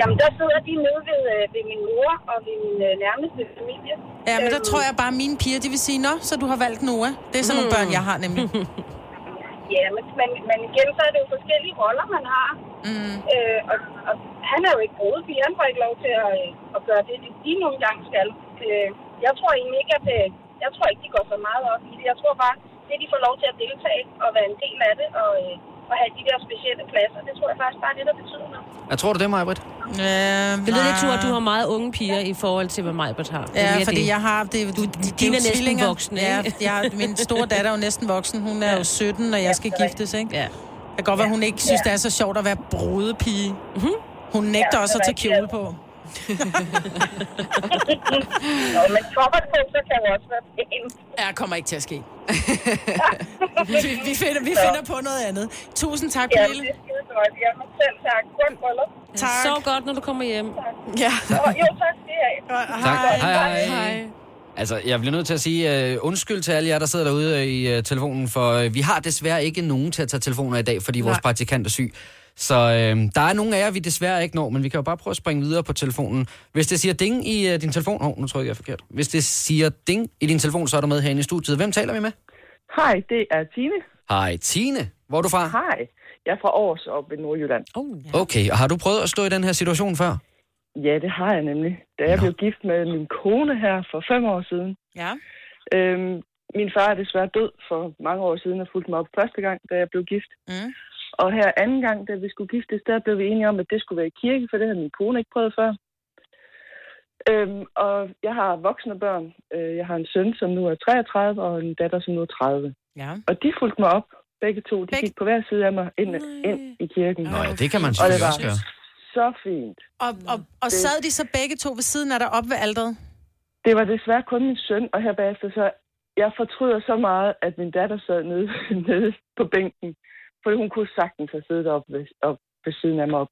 Jamen, der sidder de nede ved, øh, ved min mor og ved min øh, nærmeste familie.
Ja, men der
Øhm,
tror jeg bare, at mine piger, de vil sige, nå, så du har valgt Noah. Det er sådan
Mm.
nogle børn, jeg har nemlig.
Ja, men, men, men igen, så er det jo forskellige roller, man har. Mm. Øh, og, og han er jo ikke brudepige. Han får ikke lov til at, øh, at gøre det, de, de nogle gange skal. Øh, jeg tror egentlig ikke, at... Øh, jeg tror ikke, de går så meget op i det. Jeg tror bare, det de får lov til at deltage og være en del af det, og, øh, og have de der specielle klasser, det tror jeg faktisk bare er det, der betyder noget.
jeg tror, det er det, Majbrit.
Ja,
Det lyder lidt tur, at du har meget unge piger i forhold til, hvad Majbert har. Det er
Ja,
mere
fordi
det.
jeg har... Det, du, de, de,
din er næsten
tvillinger.
voksen, ikke?
Ja, jeg, har- min store datter er jo næsten voksen. Hun er jo 17, og jeg skal giftes, ikke?
Ja.
Det kan godt være, hun ikke synes, det er så sjovt at være brudepige.
Mhm.
Hun nægter
Ja,
også at
det er
tage kjole
rigtigt.
på.
Nå, men koppertbukser kan jo også være pænt.
Ja, kommer ikke til at ske. vi, vi, finder, vi finder på noget andet. Tusind tak,
Ja,
Pernille.
det er skide godt. Jamen, selv tak. Godt bryllup.
Tak.
Sov godt, når du kommer hjem.
Ja.
Og jo, tak skal I have.
Tak. Hej,
Hej.
Altså, jeg bliver nødt til at sige uh, undskyld til alle jer, der sidder derude øh, i uh, telefonen, for uh, vi har desværre ikke nogen til at tage telefoner i dag, fordi vores praktikant er syg. Så uh, der er nogle af jer, vi desværre ikke når, men vi kan jo bare prøve at springe videre på telefonen. Hvis det siger ding i uh, din telefon... Åh, oh, nu tror jeg, jeg er forkert. Hvis det siger ding i din telefon, så er du med herinde i studiet. Hvem taler vi med?
Hej, det er Tine.
Hej, Tine. Hvor er du fra?
Hej, jeg er fra Aarhus oppe i Nordjylland.
Oh, ja.
Okay, og har du prøvet at stå i den her situation før?
Ja, det har jeg nemlig. Da jeg
Nå.
blev gift med min kone her for fem år siden.
Ja.
Øhm, min far er desværre død for mange år siden og fulgte mig op første gang, da jeg blev gift.
Mm.
Og her anden gang, da vi skulle giftes, der blev vi enige om, at det skulle være i kirke, for det havde min kone ikke prøvet før. Øhm, og jeg har voksne børn. Øh, Jeg har en søn, som nu er 33, og en datter, som nu er 30.
Ja.
Og de fulgte mig op, begge to. De
Begge-
gik på hver side af mig ind,
Nej.
ind i kirken.
Nå ja, det kan man
Og det
selvfølgelig
var
også gøre.
så fint.
Og, og, og
Det-
sad de så begge to ved siden af dig op ved alderet?
Det var desværre kun min søn, og her bagefter så... Jeg fortryder så meget, at min datter sad nede, nede på bænken, for hun kunne sagtens have siddet op ved, op ved siden af mig op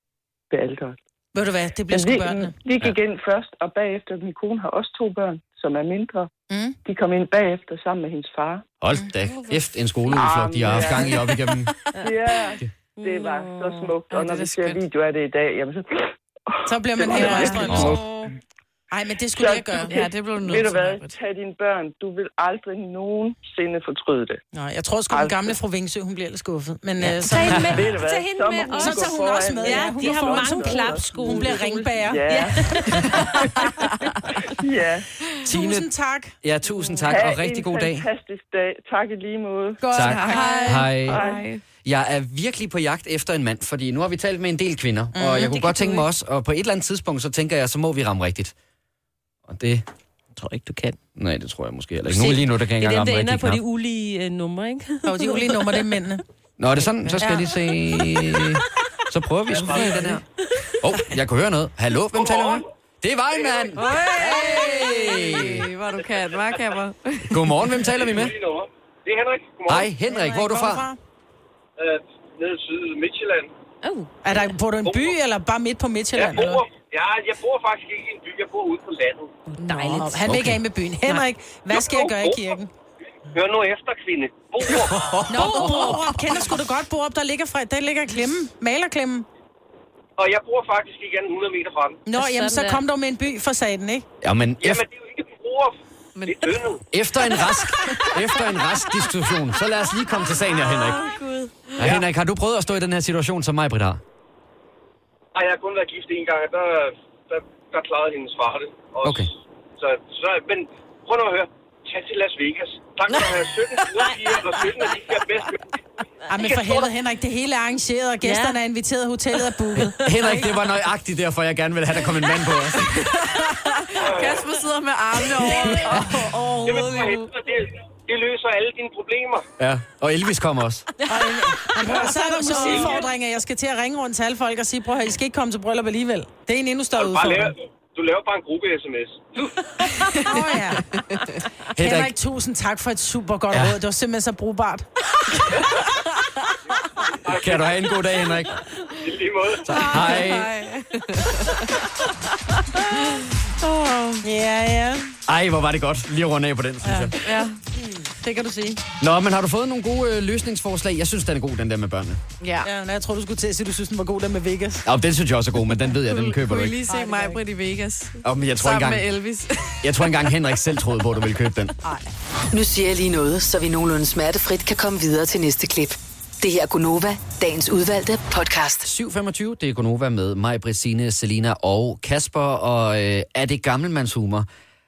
ved alderen.
Ved du hvad, det bliver sgu
Men vi,
børnene.
vi gik ind først, og bagefter, min kone har også to børn, som er mindre.
Mm.
De kom ind bagefter sammen med hendes far.
Hold da kæft, en skoleudflugt, de har haft gang i op igennem.
Ja, det var så smukt.
Ej,
Og
det
når
er
vi
da
ser
skønt.
videoer af det i dag, jamen så...
Så bliver man
Det var
helt
det rigtige
rejstrømt.
svar.
Nej, men det skulle jeg gøre.
Ja, det blev du
Ved
nødt
du
til,
hvad?
Majbrit.
Tag dine børn. Du vil aldrig nogensinde fortryde det.
Nå, jeg tror sgu, den gamle fru Vingsø, hun bliver lidt skuffet. Men ja. øh, så,
Tag hende med.
Ved du hvad?
Tag hende
Så må
med.
hun
Og
så
gå
tager hun
foran.
også med.
Ja,
hun
de
går
har
foran.
mange klapsko.
Hun bliver ringbærer. Ja.
Ja. ja.
Tusind tak.
Ja, tusind tak,
Ha'
og rigtig
en
god dag.
fantastisk dag. Tak i lige måde.
Godt.
Tak.
Hej.
Hej.
Ej.
Jeg er virkelig på jagt efter en mand, fordi nu har vi talt med en del
Mhm,
kvinder, mm, og jeg kunne godt tænke mig også, og på et eller andet tidspunkt, så tænker jeg, så må vi ramme rigtigt. Og det...
Jeg tror ikke, du kan.
Nej, det tror jeg måske heller
Se,
ikke. Nu lige nu, der kan jeg
Det
ikke
er dem,
engang
der
ramme
ender
rigtig
på
knap.
de ulige øh, numre, ikke?
Og de ulige numre, det er mændene.
Nå, er det sådan? Så skal jeg
Ja.
lige se... Så prøver vi sgu lige den her. Åh, oh, jeg kunne høre noget. Hallo, hvem taler jeg med? Det er Vejlmand! Hey!
Ej, Hvor du kan, hva' Kapper?
Godmorgen, hvem taler vi med?
Det er Henrik. Godmorgen.
Hej, Henrik, hvor er du fra?
Øh, nede i syd Midtjylland.
Oh.
Er der, bor du i en by, eller bare midt på
Jeg
Midtjylland?
bor,
Eller?
ja, jeg bor faktisk ikke i en by. Jeg bor ude på landet.
Dejligt.
Nå, han vil ikke af med byen. Henrik, hvad skal jeg gøre i kirken?
Hør nu efter, kvinde. Borup.
Nå, Borup. Kender sgu da godt Borup, der ligger, fra, der ligger klemmen. Malerklemmen.
og jeg bor faktisk ikke andet end 100 meter fra den.
Nå,
Sådan
jamen, så
der.
kom dog med en by for satan, ikke?
Jamen,
Jamen,
ef-
det er jo ikke Borup. Men...
Men-
Det er Dønne.
efter en rask, efter en rask diskussion, så lad os lige komme til sagen her, Henrik.
Gud.
Ja, Henrik, har du prøvet at stå i den her situation, som mig, Britt, har?
Ej, jeg har kun været gift en gang, og der, der, der klarede hendes far det. Og
Okay.
Så, så, men prøv nu at høre. Tag til Las Vegas. Der kan du have 17 piger, og 17 af de her bedst.
Ej, men for helvede, Henrik, det hele er arrangeret, og gæsterne er inviteret, hotellet er booket.
Henrik, det var nøjagtigt derfor, jeg gerne ville have, der kom en mand på os.
Kasper sidder med armene over, over, over
Jamen,
hovedet.
for
lige nu.
helvede, det, det løser alle dine problemer.
Ja, og Elvis kom også.
Og så er der så udfordring, at jeg skal til at ringe rundt til alle folk og sige, prøv at høre, I skal ikke komme til bryllup alligevel. Det er en endnu større
Bare lave,
udfordring.
du laver bare en gruppe-sms.
Åh, ja.
Henrik,
Henrik, tusind tak for et super godt råd. Det var simpelthen så brugbart.
kan du have en god dag, Henrik?
I lige måde.
Hej.
Ej.
Ja, ja.
Ej, hvor var det godt. Lige at runde af på den, synes jeg.
Ja.
Det kan du sige.
Nå, men har du fået nogle gode øh, løsningsforslag? Jeg synes, den er god, den der med børnene.
ja.
Ja, nå, jeg tror, du skulle til at sige, at du synes, den var god, der med Vegas.
Ja, den synes jeg også er god, men den ved jeg, den køber du
Kunne I
ikke.
lige se mig, Britt, i Vegas?
Og, men jeg tror,
Sammen
engang,
med Elvis.
jeg tror engang, Henrik selv troede på, at du ville købe den.
Nu siger jeg lige noget, så vi nogenlunde smertefrit kan komme videre til næste klip. Det her er Gunova, dagens udvalgte podcast.
7.25, det er Gonova med mig, Brissine, Selina og Kasper. Og øh, er det gammelmandshumor,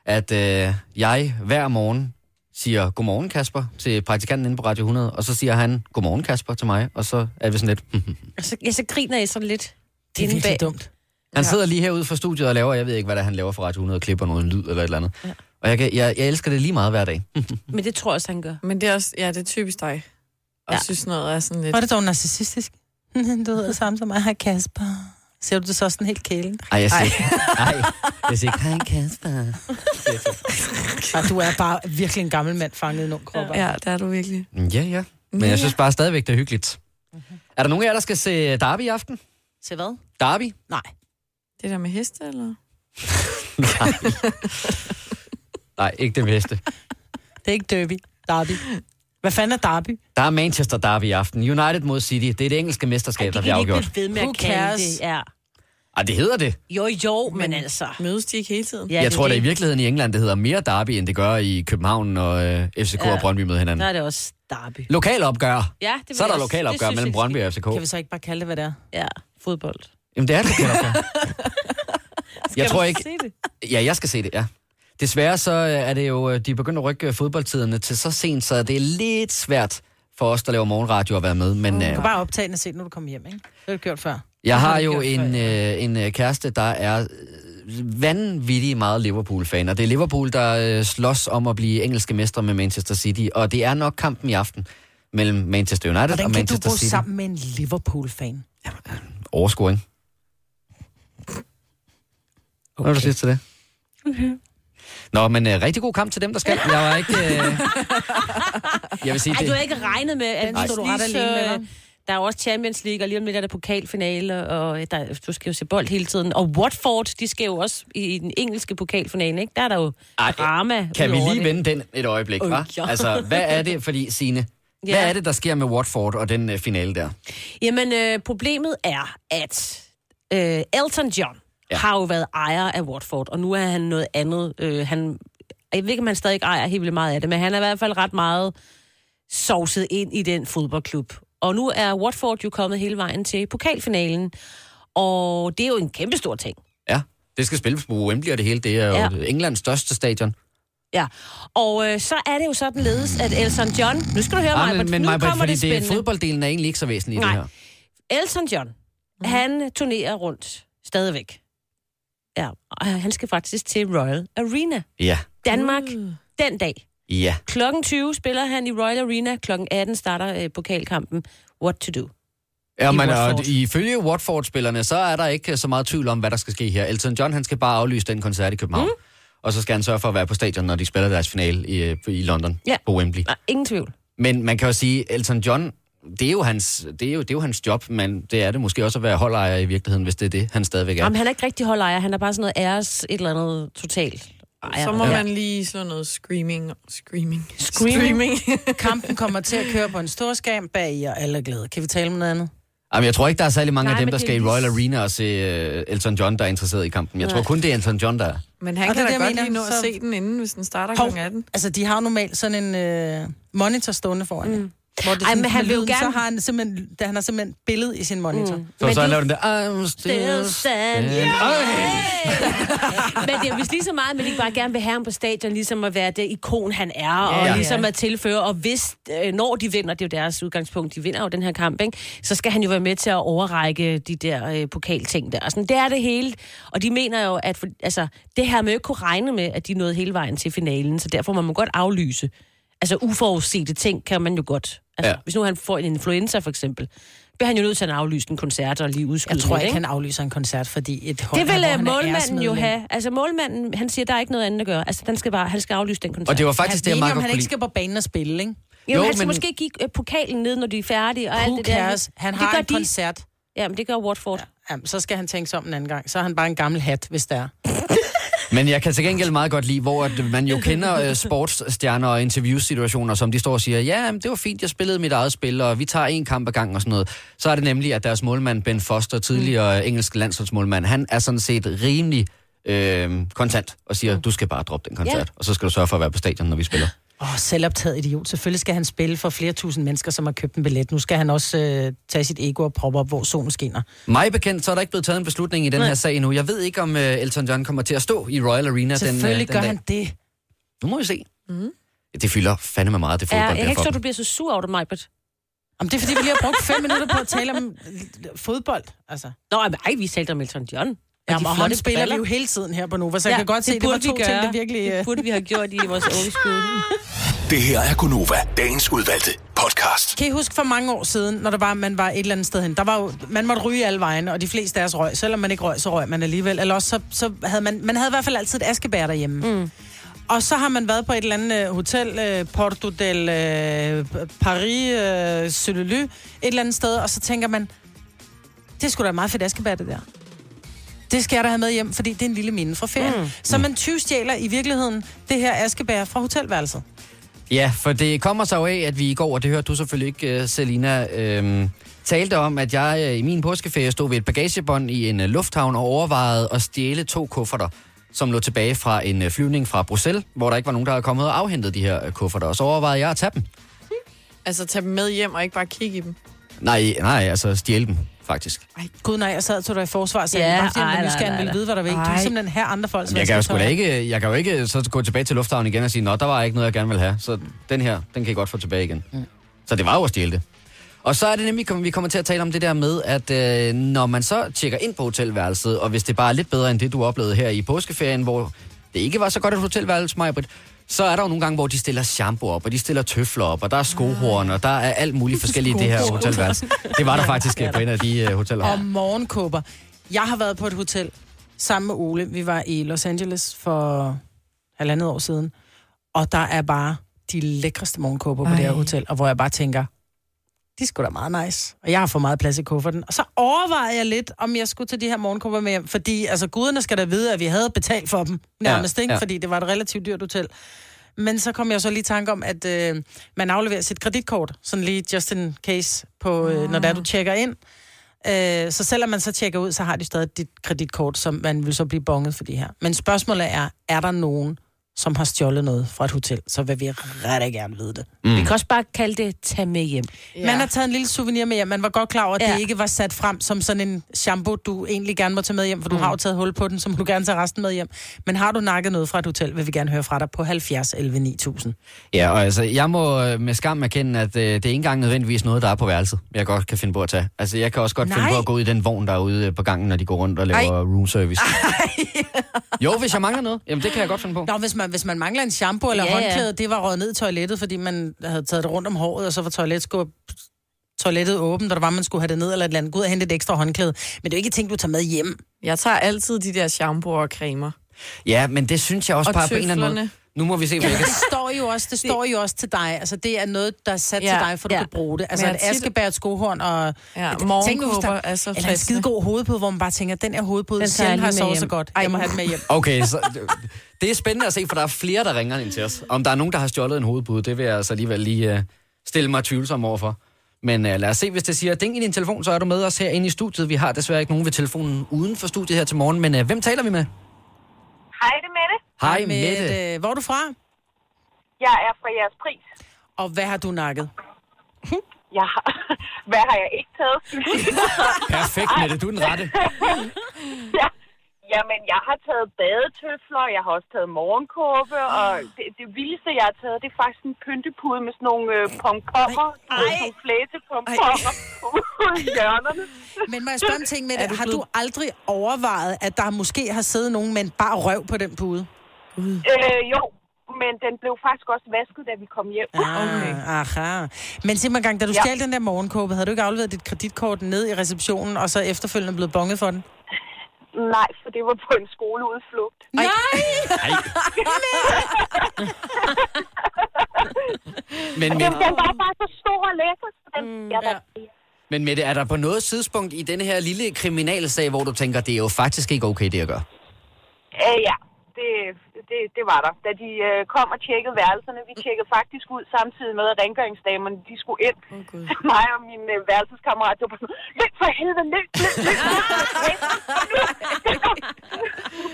at øh, jeg hver morgen siger godmorgen Kasper til praktikanten inde på Radio 100, og så siger han godmorgen Kasper til mig, og så er vi sådan lidt... "Mhm."
Og så, ja, så griner jeg sådan lidt.
Det er
inde
virkelig
bag.
dumt.
han sidder lige herude fra studiet og laver, jeg ved ikke, hvad det er, han laver for Radio 100, og klipper noget lyd eller et eller andet. Ja. Og jeg, kan, jeg, jeg elsker det lige meget hver dag.
Men det tror jeg også, han gør.
Men det er også, ja, det er typisk dig. Og
Ja.
ja. synes noget er sådan lidt...
Var det dog narcissistisk? du hedder samme som mig. Hej, Kasper. Ser du det så sådan helt kælen?
Ej, jeg siger ikke. Ej, jeg siger ikke, hej Kasper. siger jeg så.
Ej, du er bare virkelig en gammel mand fanget i en ung krop. altså.
Ja, det er du virkelig.
Ja, ja. Men jeg synes bare stadigvæk, det er hyggeligt. Er der nogen af jer, der skal se Derby i aften?
Se hvad?
Derby?
Nej.
Det der med heste, eller?
Nej. Nej, ikke det bedste.
Det er ikke Derby. Derby. Hvad fanden er Derby?
Der er Manchester Derby i aften. United mod City. Det er det engelske mesterskab, der
Det
bliver
kan de ikke
afgjort.
blive ved med
Who
at kalde
cares?
det. Ja.
Ah, det hedder det.
Jo, jo, men, men altså...
Mødes de ikke hele tiden?
Ja, jeg tror da i virkeligheden i England, det hedder mere derby, end det gør i København, når øh, FCK ja. og Brøndby møder hinanden.
Der er det også derby.
Lokalopgør.
Ja, det vil
Så er
jeg også-
der
det
lokalopgør
synes
mellem
jeg
Brøndby
skal-
og FCK.
Kan vi så ikke bare kalde det, hvad det er?
Ja, fodbold.
Jamen, det er et lokalopgør. jeg tror ikke...
Se det?
Ja, jeg skal se det, ja. Desværre så øh, er det jo, øh, de er begyndt at rykke øh, fodboldtiderne til så sent, så det er lidt svært for os, der laver morgenradio at være med. Men
Uh,
Du kan
øh,
bare optage den og se, den, når du kommer hjem, ikke? Det har du gjort før.
jeg har jo
gjort
en, øh, en øh, kæreste, der er øh, vanvittig meget Liverpool-fan, og det er Liverpool, der øh, slås om at blive engelske mestre med Manchester City, og det er nok kampen i aften mellem Manchester United og
Hvordan kan du
Manchester
bo
City.
sammen med en Liverpool-fan?
Overscoring. Okay. Hvad vil du sige til det? Nå, men øh, rigtig god kamp til dem, der skal. Jeg var ikke... Øh... Jeg vil sige,
Ej,
det...
du har ikke regnet med, at
Den
vi stod
lige
ret
så-
alene med dig. Der er jo også Champions League, og lige om lidt er der pokalfinale, og øh, der, du skal jo se bold hele tiden. Og Watford, de skal jo også i, i den engelske pokalfinale, ikke? Der er der jo
Ej,
Ej, drama
Kan vi
udover
lige
det.
vende den et øjeblik, hva'?
Okay.
Altså, hvad er det, fordi, Signe,
Ja.
hvad er det, der sker med Watford og den øh, finale der?
Jamen, øh, problemet er, at øh, Elton John
Ja.
ja. har jo været ejer af Watford, og nu er han noget andet. Øh, han, jeg ved ikke, om han stadig ejer helt vildt meget af det, men han er i hvert fald ret meget sovset ind i den fodboldklub. Og nu er Watford jo kommet hele vejen til pokalfinalen, og det er jo en kæmpe stor ting.
Ja, det skal spilles på Wembley og det hele. Det er jo
Ja.
ja. Englands største stadion.
Ja, og øh, så er det jo sådan ledes, at Elton John... Nu skal du høre mig,
Ah, men, men
nu
Majbert,
kommer
fordi
det
det,
spændende.
fodbolddelen er egentlig ikke så væsentlig i
Nej.
det her.
Elton John, mm.
Mhm.
han turnerer rundt stadigvæk. Ja, og han skal faktisk til Royal Arena.
Ja,
Danmark,
Uh.
mm. den dag.
ja.
Klokken 20 spiller han i Royal Arena. Klokken 18 starter øh, pokalkampen. What to do?
Ja,
I
men og
Watford.
ifølge Watford-spillerne, så er der ikke øh, så meget tvivl om, hvad der skal ske her. Elton John, han skal bare aflyse den koncert i København. Mm. Og så skal han sørge for at være på stadion, når de spiller deres finale i, øh, i London
Ja.
på Wembley.
Nej, ingen tvivl.
Men man kan jo sige, Elton John, det er, jo hans, det, er jo, det er jo hans job, men det er det måske også at være holdejer i virkeligheden, hvis det er det, han stadigvæk
Ja.
er.
Jamen, han er ikke rigtig holdejer. Han er bare sådan noget æres, et eller andet totalt. Ejer.
Så må
ja.
man lige slå noget screaming. Screaming.
Screaming.
Kampen kommer til at køre på en stor skærm bag i, og alle er glade. Kan vi tale om noget andet?
Jamen, jeg tror ikke, der er særlig mange
Nej,
af dem,
men
der
det er
skal i
lige-
Royal Arena og se øh, Elton John, der er interesseret i kampen. Jeg
Nej.
tror kun, det er Elton John, der er.
Men han
Og
kan
det er
da
det, jeg
godt lige
mener,
nå at
så-
se den inden, hvis den starter
Hov.
kl. 18.
Altså, de har jo normalt sådan en øh, monitor stående foran. Mm. Hvor det er
Ej,
sådan,
men han
med
vil jo
lyden, Så
gerne-
har han simpelthen, da han har simpelthen billede i sin monitor. Mm.
Så,
Men
så
det-
han laver den der, I'm still
Still stand.
standing.
Men det er vist lige så meget, at man ikke bare gerne vil have ham på stadion, ligesom at være det ikon, han er, og
Ja.
ligesom at tilføre, og hvis, øh, når de vinder, det er jo deres udgangspunkt, de vinder jo den her kamp, ikke? så skal han jo være med til at overrække de der øh, pokalting der. Og Sådan, det er det hele, og de mener jo, at for, altså, det her med ikke kunne regne med, at de nåede hele vejen til finalen, så derfor må man godt aflyse. Altså uforudsete ting kan man jo godt. Altså,
Ja.
ja. Hvis nu han får en influenza for eksempel, bliver han jo nødt til at aflyse en koncert og lige udskyde
Jeg tror
den,
ikke, han aflyser en koncert, fordi et hold,
det vil
hvor
øh,
han er
målmanden jo
æresmedlem.
have. Altså målmanden, han siger, der er ikke noget andet at gøre. Altså, den skal bare, han skal aflyse den koncert.
Og det var
Han
faktisk det,
er
jeg
enig
meget
om,
godt
han
kunne
ikke
lide.
skal på banen og spille, ikke?
jo,
Jo,
jo, han skal
men-
måske give øh, pokalen ned, når de er færdige og alt
Who
det der.
cares? Han
Det
har
gør
en
de.
koncert.
Jamen, det gør Watford.
Jamen, så skal han tænke sig om en anden gang. Så er han bare en gammel hat, hvis det er.
Men jeg kan til gengæld meget godt lide, hvor at man jo kender øh, sportsstjerner og interviewsituationer, som de står og siger, ja, men det var fint, jeg spillede mit eget spil, og vi tager en kamp ad gangen og sådan noget. Så er det nemlig, at deres målmand Ben Foster, tidligere mm. engelsk landsholdsmålmand, han er sådan set rimelig øh, kontant og siger, du skal bare droppe den koncert,
Ja.
og så skal du sørge for at være på stadion, når vi spiller.
Åh, oh, selvoptaget idiot. Selvfølgelig skal han spille for flere tusind mennesker, som har købt en billet. Nu skal han også øh, tage sit ego og proppe op, hvor solen skinner.
Mig bekendt, så er der ikke blevet taget en beslutning i den her sag endnu. Jeg ved ikke, om øh, Elton John kommer til at stå i Royal Arena den, øh, den
Selvfølgelig gør
dag.
han det.
Nu må vi se. Mm. Det fylder fandme meget, det
Ja,
fodbold
jeg kan
der
ikke
for
så,
dem.
du bliver så sur over det, Majbert.
Jamen, det er fordi, vi lige har brugt fem minutter på at tale om øh, fodbold. Altså.
Nå, men ej, vi talte om Elton John.
Jamen, og han
flotte
spiller
briller.
vi jo hele tiden her på Nova, så ja, jeg kan godt se, det, det var
burde
to
vi
ting,
gøre.
der virkelig... Øh,
Det burde vi have gjort i vores old school.
Det her er Gunova, dagens udvalgte podcast.
Kan I huske for mange år siden, når der var, man var et eller andet sted hen? Der var jo, man måtte ryge alle vejene, og de fleste af os røg. Selvom man ikke røg, så røg man alligevel. Eller også, så, så havde man, man havde i hvert fald altid et askebær derhjemme. Mm. Og så har man været på et eller andet øh, hotel, øh, Porto del øh, Paris, øh, Solelu, et eller andet sted, og så tænker man, det skulle da et meget fedt askebær, det der. Det skal jeg da have med hjem, fordi det er en lille minde fra ferien. Mm. Så man tyvstjæler i virkeligheden det her askebær fra hotelværelset.
Ja, for det kommer så af, at vi i går, og det hørte du selvfølgelig ikke, øh, Selina, øh, talte om, at jeg øh, i min påskeferie stod ved et bagagebånd i en øh, lufthavn og overvejede at stjæle to kufferter, som lå tilbage fra en øh, flyvning fra Bruxelles, hvor der ikke var nogen, der havde kommet og afhentet de her øh, kufferter, og så overvejede jeg at tage dem.
Altså, tage dem med hjem og ikke bare kigge i dem.
Nej, nej, altså stjæle dem, faktisk.
Ej, gud nej, jeg sad til dig i forsvar, så
Ja,
ja, bare fordi
ej,
han var
nej,
nysgerrig,
nej,
han ville
nej.
vide, hvad der var. ikke. Du er
Ej.
simpelthen her andre folks
Jamen, jeg kan jo sgu da
vasketøj.
ikke, jeg kan jo ikke så gå tilbage til lufthavnen igen og sige, nå, der var ikke noget, jeg gerne vil have, så den her, den kan I godt få tilbage igen. Mm. Så det var jo at stjæle det. Og så er det nemlig, kom- vi kommer til at tale om det der med, at øh, når man så tjekker ind på hotelværelset, og hvis det bare er lidt bedre end det, du oplevede her i påskeferien, hvor det ikke var så godt et hotelværelse, Majbrit, så er der jo nogle gange, hvor de stiller shampoo op, og de stiller tøfler op, og der er skohorn, og der er alt muligt forskelligt i det her
Skohorn.
hotelværelse. Det var der faktisk øh, på en af de øh, hoteller.
Og morgenkåber. Jeg har været på et hotel sammen med Ole. Vi var i Los Angeles for halvandet år siden. Og der er bare de lækreste morgenkåber på
Ej.
det her hotel. Og hvor jeg bare tænker, de skulle da meget nice. Og jeg har for meget plads i kufferten. Og så overvejede jeg lidt, om jeg skulle tage de her morgenkåber med hjem. Fordi altså, guderne skal da vide, at vi havde betalt for dem nærmest.
Ja,
Ja, ikke?
ja.
Fordi det var et relativt dyrt hotel. Men så kom jeg så lige i tanke om, at øh, man afleverer sit kreditkort, sådan lige just in case, på, øh, når der du tjekker ind. Øh, så selvom man så tjekker ud, så har de stadig dit kreditkort, som man vil så blive bonget for de her. Men spørgsmålet er, er der nogen, som har stjålet noget fra et hotel? Så vil vi rigtig gerne vide det.
Mm. Vi kan
også bare kalde det, tag med hjem. Ja. Man har taget en lille souvenir med hjem. Man var godt klar over, at ja. det ikke var sat frem som sådan en shampoo, du egentlig gerne må tage med hjem, for du mm. har jo taget hul på den, så må du gerne tage resten med hjem. Men har du nakket noget fra et hotel, vil vi gerne høre fra dig på 70 11 9000.
Ja, og altså, jeg må øh, med skam erkende, at øh, det er ikke engang nødvendigvis noget, der er på værelset, jeg godt kan finde på at tage. Altså, jeg kan også godt Nej. finde
Nej.
på at gå ud i den vogn, der er ude øh, på gangen, når de går rundt og laver Ej. room service. jo, hvis jeg mangler noget, jamen det kan jeg godt finde på.
Nå, hvis man, hvis man mangler en shampoo eller
Ja,
ja,
ja.
håndklæde, det var røget ned i toilettet, fordi man havde taget det rundt om håret, og så var toiletskub toilettet åbent, og der var, man skulle have det ned eller et eller andet. Gå ud og hente et ekstra håndklæde. Men det er jo ikke ting, du tager med hjem.
Jeg tager altid de der shampooer og cremer.
Ja, men det synes jeg også
Og
bare på en eller anden måde.
tøflerne.
Nu må vi se,
Ja,
hvilket...
det står jo også, det står jo også til dig. Altså, det er noget, der er sat ja,
Ja,
til dig, for du
ja.
ja. kan bruge det. Altså,
Men
et
jeg tit-
askebær, et skohorn og...
Ja,
Tænk nu, hvis
morgenkåber
der-
er så
Eller en skide god hovedpude, hvor man bare tænker, den her hovedpude,
Den
den
tager jeg
selv har
lige med
sovet
hjem.
så godt. Jeg må have den med hjem.
Okay, så det er spændende at se, for der er flere, der ringer ind til os. Om der er nogen, der har stjålet en hovedpude, det vil jeg altså alligevel lige øh, stille mig tvivlsom overfor. Men øh, lad os se, hvis det siger ding i din telefon, så er du med os herinde i studiet. Vi har desværre ikke nogen ved telefonen uden for studiet her til morgen, men øh, hvem taler vi med?
Hej, det er Mette.
Hej, Mette.
Hvor er du fra?
Jeg er fra jeres pris.
Og hvad har du nakket?
Jeg har... Hvad har jeg ikke taget?
Perfekt, Mette. Du er den rette.
ja. Jamen, jeg har taget badetøfler, jeg har også taget morgenkåbe, og det, det vildeste, jeg har taget, det er faktisk en pyntepude med sådan nogle øh, pomponger, sådan nogle flætepomponger ude i hjørnerne.
Men må jeg spørge om ting med
Er du
det? Har
blevet-
du aldrig overvejet, at der måske har siddet nogen med en bar røv på den pude?
Øh, jo, men den blev faktisk også vasket, da vi kom hjem.
Ah, Okay. Aha. Men sig mig engang, da du
Ja.
ja. stjal den der morgenkåbe, havde du ikke afleveret dit kreditkort ned i receptionen, og så efterfølgende blevet bonget for den?
Nej, for det var på en skoleudflugt.
Nej!
Nej. Men,
Den,
men,
den var bare så stor og lækker, så den... Mm, jeg, der, ja.
men Mette, er der på noget tidspunkt i denne her lille kriminalsag, hvor du tænker, det er jo faktisk ikke okay, det jeg gør?
Øh, ja, det, det, det var der. Da de øh, kom og tjekkede værelserne, vi tjekkede faktisk ud samtidig med, at rengøringsdamerne, de skulle ind. Oh, mig og min øh, værelseskammerat, det var bare sådan, løb for helvede, løb, løb, løb.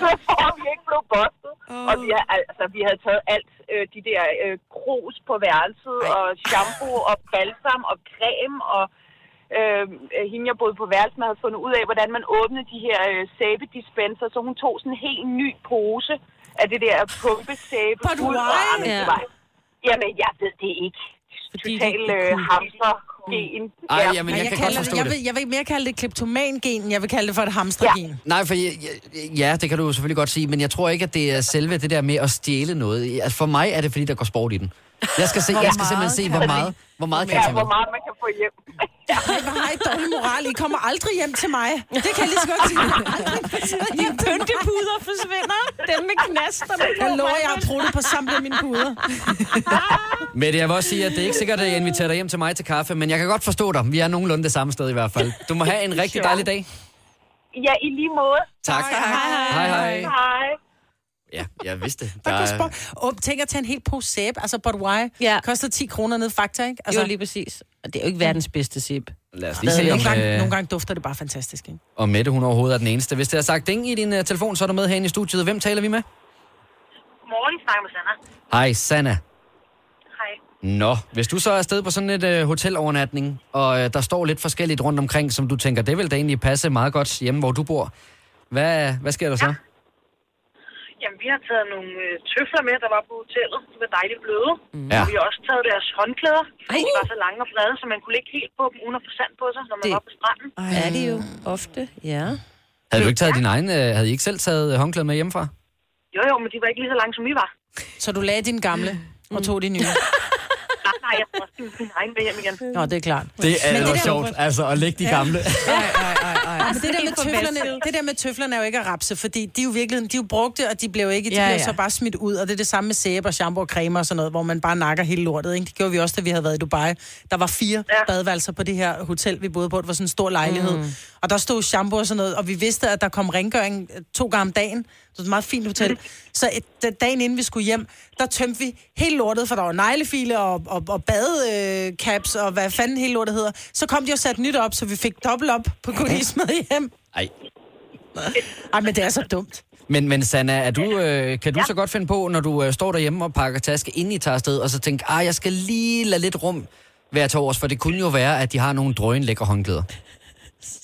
Så får vi ikke blev bustet. Oh. Og vi, har- altså, vi havde taget alt, øh, de der øh, krus på værelset, Ej. og shampoo, og balsam, og creme, og øh, hende, jeg boede på værelsen med, havde fundet ud af, hvordan man åbnede de her øh, sæbedispenser, så hun tog sådan en helt ny pose af det der pumpesæbe.
But
ud, og,
why?
jamen,
Ja.
det var, jamen, jeg ved det ikke. Total øh, hamstergen.
Ej, jamen, jeg
Ej,
kan godt
kalder
forstå
det. Jeg
det.
vil, jeg vil mere kalde det kleptomangen, end jeg vil kalde det for et hamstergen. Ja.
Nej, for jeg, jeg, ja, det kan du selvfølgelig godt sige, men jeg tror ikke, at det er selve det der med at stjæle noget. Altså, for mig er det, fordi der går sport i den. Jeg skal, se,
Hvor
jeg skal
meget
simpelthen se,
kan
hvor
man-
meget, hvor meget kan
ja,
jeg tage med.
hvor meget man kan få hjem.
Ej, hvor har I dårlig moral. I kommer aldrig hjem til mig. Det kan jeg lige så godt sige. Aldrig
Dine pyntepuder forsvinder. Dem med knasterne på.
Jeg lover, jeg har pruttet på samtlige mine puder.
Mette, jeg vil også sige, at det er ikke sikkert, at jeg inviterer dig hjem til mig til kaffe, men jeg kan godt forstå dig. Vi er nogenlunde det samme sted i hvert fald. Du må have en rigtig dejlig dag.
Ja, i lige måde.
Tak. Hej, hej. Hej, hej.
Hej.
Ja, jeg vidste. det.
Der
Der
koster
er,
bare... Og tænk at tage en hel pose sæbe, altså but why?
Ja.
Koster 10 kroner ned Fakta, ikke? Altså,
Jo, lige præcis. Og det er jo ikke verdens bedste sip.
lad os lige
Stadig,
se, om,
nogle, gange,
øh,
nogle gange dufter det bare fantastisk, ikke?
om Mette hun overhovedet er den eneste. Hvis det er sagt ding i din uh, telefon, så er du med herinde i studiet. Hvem taler vi med?
Morgen, snakker med Sanna.
Hej, Sanna.
Hej.
Nå, hvis du så er afsted på sådan et øh, hotelovernatning, og øh, der står lidt forskelligt rundt omkring, som du tænker, det vil da egentlig passe meget godt hjemme, hvor du bor. Hvad, hvad sker der så?
Jamen, vi har taget nogle øh, tøfler med, der var på hotellet, som er dejligt bløde.
Mm.
Ja.
Ja.
Og vi har også taget deres håndklæder, fordi de var så lange og flade, så man kunne ligge helt på dem, uden at få sand på sig, når man
Det-
var på stranden.
Ej. Er det jo ofte, ja.
Havde du ikke taget din egen, øh, havde I ikke selv taget øh, håndklæde med hjemmefra?
Jo, jo, men de var ikke lige så lange, som vi var.
Så du lagde din gamle og tog de nye.
Nej, nej, jeg tror også, det var min egen med hjem igen.
Nå, det er klart. Men
jo
der-
altså at lægge de gamle.
Ej, men det, der med
Helt
tøflerne,
forbasket.
det der med tøflerne er jo ikke at rapse, fordi de er jo virkelig, de er jo brugte, og de blev ikke, de
Ja,
ja, blev
ja.
ja. så bare smidt ud, og det er det samme med sæbe og shampoo og creme og sådan noget, hvor man bare nakker hele lortet, ikke? Det gjorde vi også, da vi havde været i Dubai. Der var fire ja. badeværelser på det her hotel, vi boede på, det var sådan en stor lejlighed,
Mm.
mm. og der stod shampoo og sådan noget, og vi vidste, at der kom rengøring øh, to gange om dagen, det var et meget fint hotel. Så et, da- dagen inden vi skulle hjem, der tømte vi hele lortet, for der var neglefile og, og, og badecaps og hvad fanden hele lortet hedder. Så kom de og satte nyt op, så vi fik dobbelt op på goodies med hjem.
Ej.
Ej, men det er så dumt.
Men, men Sanna, er du, øh, kan du ja. så godt finde på, når du øh, står derhjemme og pakker taske, inden I tager afsted, og så tænker, ah, jeg skal lige lade lidt rum være til overs, for det kunne jo være, at de har nogle drøn lækre håndklæder.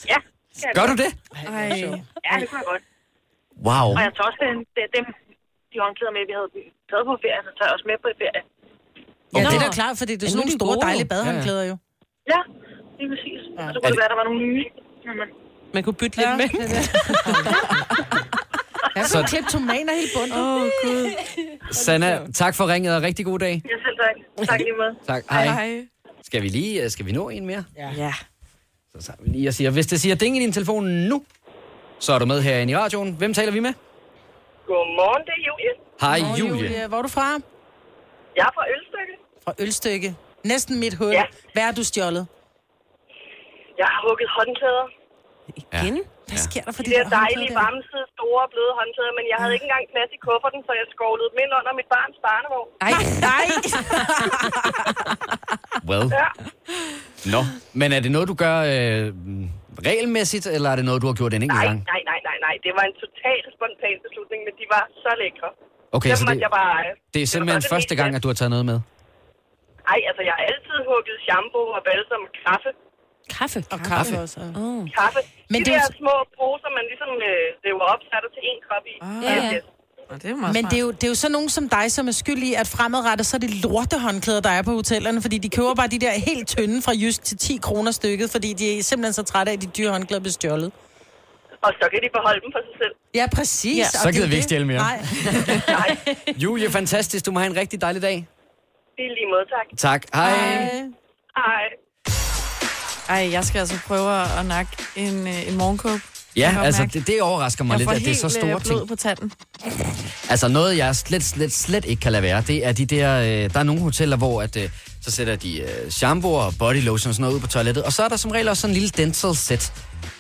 Ja. kan jeg
Gør du
godt.
det?
Ej.
Ja, det kunne jeg godt.
Wow.
Og jeg tager også den- de- dem, de håndklæder med, vi havde taget på ferie, så tager jeg også med på ferie.
Ja,
Okay.
det er da klart, fordi det er
Ja,
sådan
nu er
nogle
de
store,
gode,
dejlige
jo. Ja, ja.
badehåndklæder jo.
Ja, lige præcis. Ja.
Er
Så kunne det
det-
være, der var nogle nye. Men man-
Man kunne bytte lidt ja, med. Jeg
Så-
kunne klippe tomater helt bundt. Åh, oh, Gud.
Sanna, tak for ringet, og rigtig god dag.
Ja, selv tak. Tak lige måde.
Tak. Hej. Skal vi lige, øh, skal vi nå en mere?
Ja.
Så tager vi lige og siger, hvis det siger ding i din telefon nu, så er du med herinde i radioen. Hvem taler vi med?
Godmorgen, det er Julie.
Hej,
Nå,
Julie.
Hvor er du fra?
Jeg er fra Ølstykke.
Fra Ølstykke. Næsten mit hul. Ja. Hvad har du stjålet?
Jeg har hugget håndklæder.
Igen?
Hvad sker der for
De
de
der
der
dejlige,
håndklæder
varmesede, store, bløde håndklæder, men jeg havde ikke engang plads i kufferten, så jeg skovlede dem ind under mit barns barnevogn.
Nej,
nej.
Well.
Ja.
Nå. Men er det noget, du gør øh, regelmæssigt, eller er det noget, du har gjort en enkelt
Nej,
gang?
nej, nej, nej, nej. Det var en total spontan beslutning, men de var så lækre.
Okay,
Dem
så
måtte
det,
jeg bare øh, eje.
det er simpelthen
det var
første
det
gang, at du har taget noget med.
Ej, altså jeg har altid hugget shampoo og balsam og kaffe.
Kaffe.
Og kaffe, også. Mm.
Oh.
Kaffe.
Men
Men
det
de
er
der
jo-
små poser, man ligesom øh, river op, sætter til en kop i. Ah,
ja, ja.
Og det er
Men det er, jo, det er jo sådan nogen som dig, som er skyld i, at fremadrettet, så er det lorte håndklæder, der er på hotellerne, fordi de køber bare de der helt tynde fra Jysk til 10 kroner stykket, fordi de er simpelthen så trætte af, at de dyre håndklæder bliver stjålet.
Og så kan de beholde dem for sig selv.
Ja, præcis.
Ja.
og det
Så
er
gider vi
det.
ikke stjæle mere.
Nej.
Julie, fantastisk. Du må have en rigtig dejlig dag.
Det er lige måde, tak.
Tak. Hej.
Hej.
Ej, jeg skal altså prøve at- at nakke en, øh, en morgenkåb.
Ja,
Jeg kan
altså,
godt mærke,
det, det overrasker mig
jeg
lidt,
får
at det er så
helt,
store
øh, blod
ting.
på tanden.
Altså noget, jeg slet, slet, slet ikke kan lade være, det er de der... Øh, der er nogle hoteller, hvor at, øh, så sætter de øh, shampoo og body lotion og sådan noget ud på toilettet. Og så er der som regel også sådan en lille dental set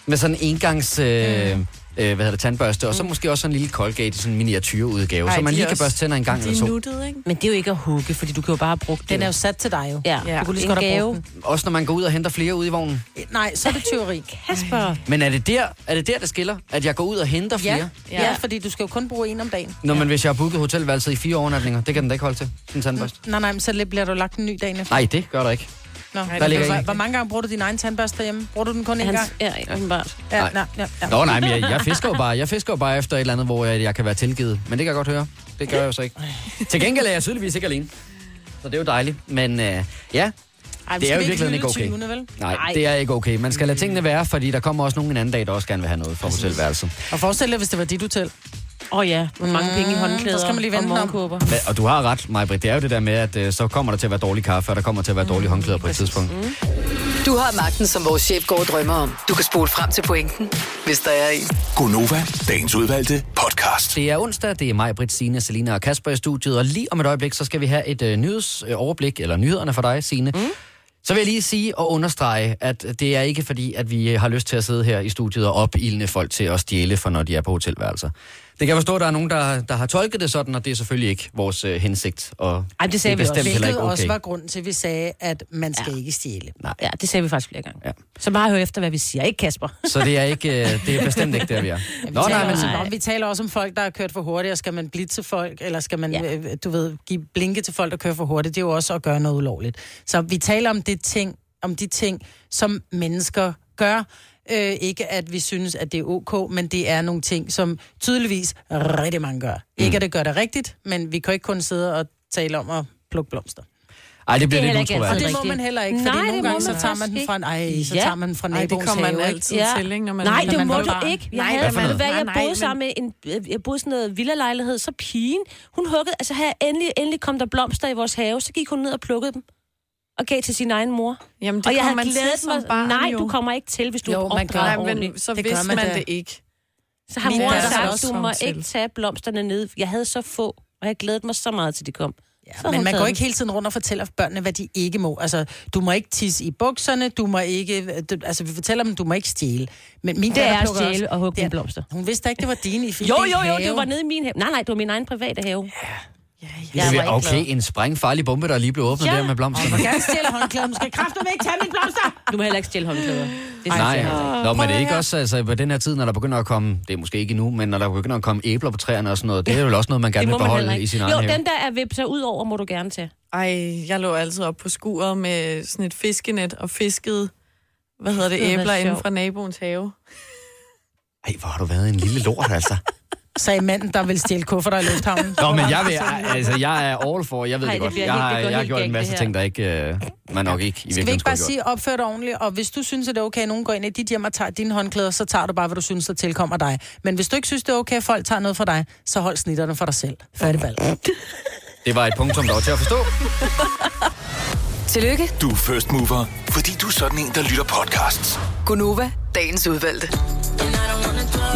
med sådan en engangs... Øh, mm. øh, hvad hedder det, tandbørste, og så måske også sådan en lille Colgate i sådan en miniatyrudgave,
Ej,
så man
Mm. de
lige
er
kan
også-
børste tænder en gang
de
eller
er
to.
Nuttede, ikke?
Men det er jo ikke at hugge, fordi du kan jo bare bruge det.
Den er jo sat til dig jo.
Ja,
Du kunne lige så
en
godt have
gave.
brugt den.
Også når man går ud og henter flere ude i vognen.
Nej, så er det tyveri. Kasper.
Men er det der, er det, der det skiller? At jeg går ud og henter flere?
Ja, ja. ja, fordi du skal jo kun bruge en om dagen.
Nå, men hvis jeg har booket hotelværelset i fire overnatninger, det kan den da ikke holde til, sådan en tandbørste.
Mm.
Nej, nej, men så bliver du lagt en ny dagen efter.
Nej, det gør der ikke.
Nå,
der
der
ligger
ligger
en.
Hvor mange gange bruger du din egen tandbørste derhjemme? Bruger du den kun én
Hans-
gang?
Ja, åbenbart.
Ja,
Nej.
nej, ja, ja.
Nå, nej, men jeg, jeg, fisker jo bare, jeg fisker jo bare efter et eller andet, hvor jeg, jeg kan være tilgivet. Men det kan jeg godt høre. Det gør jeg jo så ikke. Til gengæld er jeg tydeligvis ikke alene. Så det er jo dejligt. Men øh, ja,
Ej, vi skal
det er jo virkelig ikke
hylde
okay.
tyvene, vel?
Nej, det er ikke okay. Man skal lade tingene være, fordi der kommer også nogen en anden dag, der også gerne vil have noget fra hotelværelset.
Og forestil dig, hvis det var dit hotel.
Åh oh, ja, med mange penge i håndklæder
Mm, Så skal man lige
og
vende den om.
morgenkåber.
Men, og du har ret, Majbrit. Det er jo det der med, at øh, så kommer der til at være dårlig kaffe, og der kommer til at
Mm,
være dårlige håndklæder på et tidspunkt.
Du har magten, som vores chef går og drømmer om. Du kan spole frem til pointen, hvis der er en.
Gonova, dagens udvalgte podcast.
Det er onsdag, det er mig, Britt, Signe, Selina og Kasper i studiet, og lige om et øjeblik, så skal vi have et øh, nyhedsoverblik, eller nyhederne for dig, Signe. Mm. Så vil jeg lige sige og understrege, at det er ikke fordi, at vi øh, har lyst til at sidde her i studiet og opildne folk til at stjæle for, når de er på hotelværelser. Det kan jeg forstå, at der er nogen, der, der har tolket det sådan, og det er selvfølgelig ikke vores øh, hensigt. Og
Ej, det sagde
det er
vi
bestemt
også.
heller
Det
ikke okay.
også var grunden til, at vi sagde, at man skal ja. ikke stjæle.
Nej.
Ja, det sagde vi faktisk flere gange. Ja. Så bare hør efter, hvad vi siger. Ikke Kasper?
Så det er, ikke, øh, det er bestemt ikke der, vi er.
Vi,
Nå,
taler
nej, men
også, om, vi taler også om folk, der har kørt for hurtigt, og skal man blitse folk, eller skal man, ja. øh, du ved, give blinke til folk, der kører for hurtigt. Det er jo også at gøre noget ulovligt. Så vi taler om, det ting, om de ting, som mennesker gør. Øh, ikke at vi synes, at det er ok, men det er nogle ting, som tydeligvis rigtig mange gør. Mm. Ikke at det gør det rigtigt, men vi kan ikke kun sidde og tale om at plukke blomster.
Ej, det bliver
Det er
lidt
heller ikke altid
utroværdigt.
rigtigt. Og det må man heller ikke, fordi nogle gange så tager man den fra en- ej, så tager man den fra naboens have, ikke? Ja.
Nej, det
Når man
må
var
du
barn.
ikke. Jeg
Nej,
nej,
hvad
havde,
for
nej,
noget?
hvad, jeg
Nej, nej,
boede
men-
sammen med en, øh, jeg boede i sådan noget villalejlighed, så pigen, hun huggede, altså her endelig, endelig kom der blomster i vores have, så gik hun ned og plukkede dem og gav til sin egen mor.
Jamen, det
og jeg
kom
havde
man til
glædet
som
mig.
barn,
nej,
jo.
du kommer ikke til, hvis du
Jo,
jo,
man
opdrager
gør- Nej, men
ordentligt.
så Det gør vidste man man da. det ikke.
Så har
Min
mor
datter har
sagt,
også
du må
kommet til.
ikke tage blomsterne ned. Jeg havde så få, og jeg glædede mig så meget, til de kom. Ja, så har
Men
hun
man
taget
går
dem.
ikke hele tiden rundt og fortæller børnene, hvad de ikke må. Altså, du må ikke tisse i bukserne, du må ikke... Du, altså, vi fortæller dem, du må ikke stjæle. Men min
Det
datter
er at
plukker
stjæle
også-
og hugge
Det er-
nogle blomster.
Hun vidste da ikke, det var dine i
Jo, jo, jo, det var nede i min have. Nej, nej, det var min egen private have.
Ja,
Jeg var ikke
okay,
glad.
en sprængfarlig bombe, der lige blev åbnet
Ja.
ja. der med blomsterne.
Jeg kan stjæle håndklæder, du skal kræfte ikke tage mine blomster.
Du må heller ikke stjæle håndklæder. Det synes jeg heller
Nej,
ikke.
Nå, men det er ikke også, altså på den her tid, når der begynder at komme, det er måske ikke nu, men når der begynder at komme æbler på træerne og sådan noget, det er jo også noget, man gerne
Det
vil
må man heller
beholde
ikke.
i sin egen
Jo,
have.
den der er vipser ud over, må du gerne tage.
Ej, jeg lå altid op på skuret med sådan et fiskenet og fiskede, hvad hedder det,
Det var
æbler inden
sjovt.
fra naboens have.
Ej, hvor har du været en lille lort, altså.
Sagde manden, der vil stjæle kufferter i lufthavnen.
Nå, men jeg, vil, altså, jeg er all for, jeg ved
Ej,
det
det
godt.
bliver
Jeg
helt- det
har,
går
jeg har
helt
gjort en
galt,
masse
det
ting, der ikke, øh, man nok ikke i
Skal vi
virkeligheden
ikke
skulle
bare
have gjort.
sige, opfør dig ordentligt, og hvis du synes, at det er okay, at nogen går ind i dit hjem og tager dine håndklæder, så tager du bare, hvad du synes, der tilkommer dig. Men hvis du ikke synes, det er okay, at folk tager noget fra dig, så hold snitterne for dig selv. Færdigball.
Det var et punkt, som der var til at forstå.
Tillykke,
Du er first mover, fordi du er sådan en, der lytter podcasts.
Gunova, dagens udvalgte.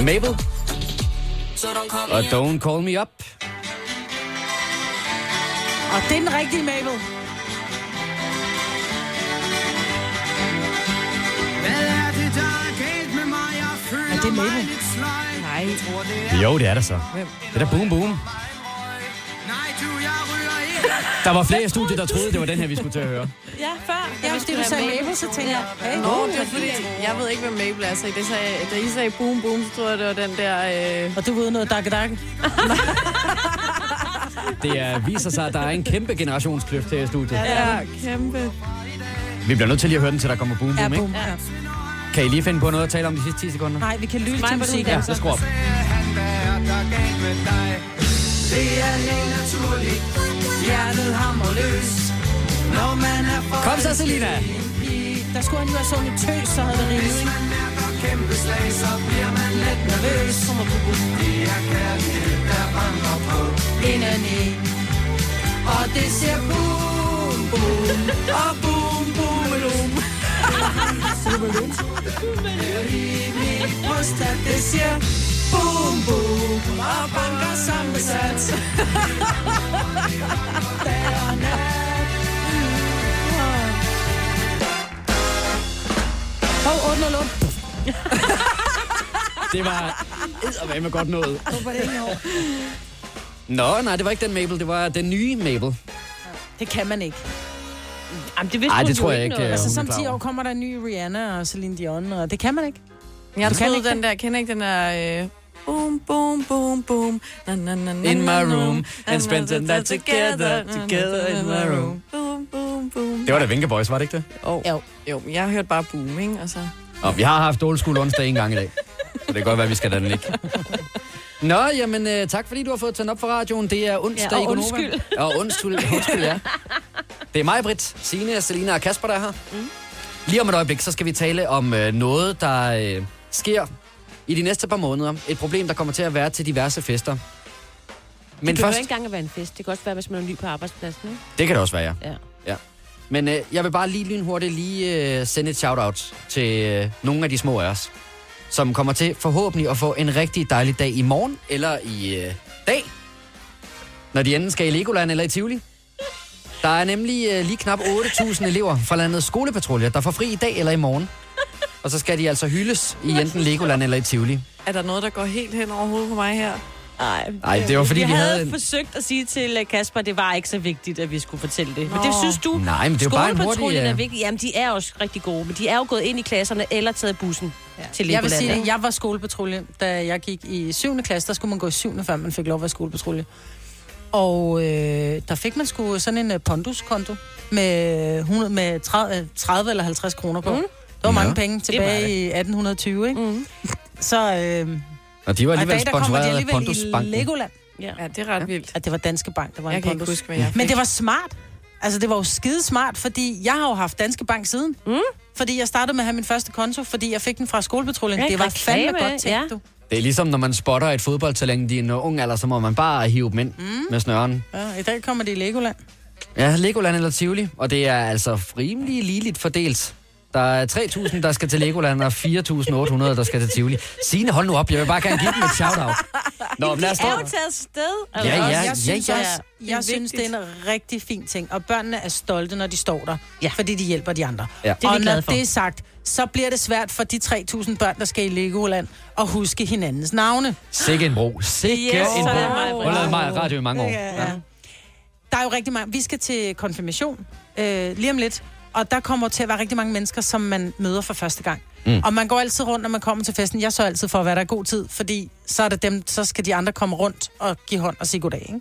Mabel og Don't Call Me Up.
Og det er den rigtige Mabel. Er det Mabel?
Nej.
Jo, det er der så. Det er da Boom Boom. Der var flere i studiet, der troede, det var den her, vi skulle til at høre.
Ja, før.
Ja, fordi du sagde Mabel, så tænkte jeg, hey, Mabel,
Nå, det var
hvad
fordi,
er det?
jeg ved ikke, hvad Mabel er, så I- det sagde, da I sagde boom boom, så tror jeg, det var den der... Øh...
Og du ved noget dakke dakke?
Det er, viser sig, at der er en kæmpe generationskløft her i studiet.
Ja, kæmpe.
Vi bliver nødt til lige at høre den, til der kommer boom
Ja,
boom,
boom.
ikke?
Ja.
Kan I lige finde på noget at tale om de sidste 10 sekunder?
Nej, vi kan lytte til musik.
Ja, så skru op.
Det er helt naturligt. Hjertet hamrer løs. Når man er forelsket
Kom så, Selina.
i en pige.
Der skulle han jo have sunget tøs, så havde det
Hvis
rimeligt.
man mærker kæmpe slag, så bliver man let nervøs. Det er kærlighed, der banker på indeni. Og det siger boom, boom, og boom, boomelum. Det er i mit bryst, at det siger boom, boom, og banker samme sats. Dag og nat.
Hov, 808.
Det var eddermame godt nået.
Hvorfor er det ikke over?
Nå, nej, det var ikke den Mabel, det var den nye Mabel.
Det kan man ikke.
Jamen, det
vidste Ej, hun det jo tror jeg ikke ikke, noget om.
Altså,
hun er
som
klar
10 år
over.
kommer der en ny Rihanna og Celine Dion, og det kan man ikke.
Jeg
Du kan
troede,
ikke
den der, kender ikke den der... Øh... Boom, boom, boom, boom. Na, na, na, na,
In my
na, na,
room,
na,
and spent the
na, na,
night together,
na, na, na,
together in my room.
Boom, boom, boom.
Det var da Vinke Boys, var det ikke det?
Oh.
Jo.
jo, men jeg hørte bare boom, ikke? Altså. Og så...
Nå, vi har haft old school onsdag en gang i dag. Så det kan godt være, vi skal lade den ligge. Nå, jamen øh, tak fordi du har fået tændt op for radioen. Det er onsdag
Ja, og
i Gonova.
undskyld.
Og undskyld, undskyld, ja. Det er mig, Britt, Signe, Selina og Kasper, der er her. Mm. Lige om et øjeblik, så skal vi tale om øh, noget, der øh, sker i de næste par måneder. Et problem, der kommer til at være til diverse fester.
Men
Men
det først...
først...
ikke engang at være en fest. Det kan også være, hvis man er ny på arbejdspladsen. Ikke?
Det kan det også være, ja.
Ja.
Ja. Men øh, jeg vil bare lige lynhurtigt lige øh, sende et shout-out til øh, nogle af de små af os, som kommer til forhåbentlig at få en rigtig dejlig dag i morgen, eller i øh, dag, når de enten skal i Legoland eller i Tivoli. Der er nemlig øh, lige knap 8.000 elever fra landets skolepatruljer, der får fri i dag eller i morgen. Og så skal de altså hyldes i enten Legoland eller i Tivoli.
Er der noget, der går helt hen over hovedet på mig her?
Nej,
Ej, det var, fordi vi havde
havde
en-
forsøgt at sige til øh, Kasper, at det var ikke så vigtigt, at vi skulle fortælle det. Men det
Nå.
synes du,
Nej, men det er jo bare en hurtig,
skolepatruljen
øh,
er vigtig. Jamen, de er også rigtig gode, men de er jo gået ind i klasserne eller taget bussen ja. til
Jeg vil
Legoland.
sige,
ikke?
at jeg var skolepatrulje, da jeg gik i 7. klasse. Der skulle man gå i 7. før man fik lov at være skolepatrulje. Og øh, der fik man sgu sådan en øh, ponduskonto med, 100, med 30, øh, 30 eller 50 kroner på. Mm. Det var mange
Ja.
penge
Det
tilbage
var det.
i 1820, ikke? Mm. Så, øh, og
Og de var
i dag,
alligevel
der kommer de
sponsoreret af
alligevel i
Pondusbanken.
Legoland.
Ja.
ja, det er ret vildt.
At det var Danske Bank, der var
Jeg
en
kan ikke
pondus.
huske, hvad jeg
Men
fik.
det var smart. Altså, det var jo skide smart, fordi jeg har jo haft Danske Bank siden. Mm. Fordi jeg startede med at have min første konto, fordi jeg fik den fra skolepatruljen.
Ja,
Det var
reklame,
fandme godt tænkt,
ja.
ja. du.
Det er ligesom, når man spotter et fodboldtalent i en ung alder, så må man bare hive dem ind mm. med snøren.
Ja, I dag kommer det i Legoland.
Ja, Legoland eller Tivoli, og det er altså rimelig ligeligt fordelt. Der er 3.000, der skal til Legoland, og 4.800, der skal til Tivoli. Signe, hold nu op, jeg vil bare gerne give dem et shout-out. Nå, men lad os
De er jo
stå.
taget afsted.
Ja, ja,
jeg synes,
ja, ja.
Også,
Det er
jeg synes, det er en rigtig fin ting. Og børnene er stolte, når de står der. Ja. Fordi de hjælper de andre.
Ja. Det er vi
og når
glade for.
det er sagt, så bliver det svært for de 3.000 børn, der skal i Legoland, at huske hinandens navne.
Sikke en bro. Sikke
Yes,
en bro.
sådan er mig, Britt.
Hun har lavet mig radio i mange år.
Ja, ja. Der er jo rigtig mange... Vi skal til konfirmation øh, lige om lidt. Og der kommer til at være rigtig mange mennesker, som man møder for første gang. Mm.
Mm.
Og man går altid rundt, når man kommer til festen. Jeg sørger altid for at være der i god tid, fordi så, er det dem, så skal de andre komme rundt og give hånd og sige goddag. Ikke?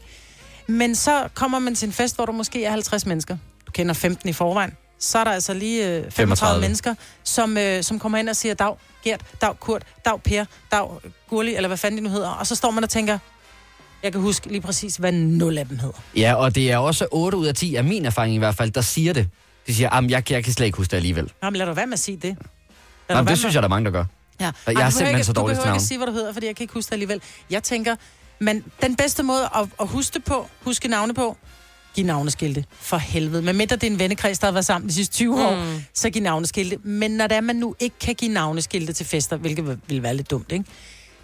Men så kommer man til en fest, hvor der måske er 50 mennesker. Du kender 15 i forvejen. Så er der altså lige øh, 35
35.
mennesker, som, øh, som kommer ind og siger, Dag Gert, Dag Kurt, Dag Per, Dag Gurli, eller hvad fanden de nu hedder. Og så står man og tænker, jeg kan huske lige præcis, hvad nul af dem hedder.
Ja, og det er også 8 ud af 10 af min erfaring i hvert fald, der siger det. De siger, at jeg, jeg kan slet ikke huske det alligevel.
Jamen lad du være med at sige det. Lad
Jamen,
dog være
det synes jeg, der er mange, der gør.
Ja.
Jeg er
du behøver
simpelthen
ikke,
så
Du
dårlig til
behøver ikke
navn.
sige, hvad du hedder, fordi jeg kan ikke huske det alligevel. Jeg tænker, men den bedste måde at, at huske det på, huske navne på, giv navneskilte. For helvede. Men mindre det er en vennekreds, der har været sammen de sidste 20 år,
Mm.
så giv navneskilte. Men når det er, man nu ikke kan give navneskilte til fester, hvilket vil være lidt dumt, ikke?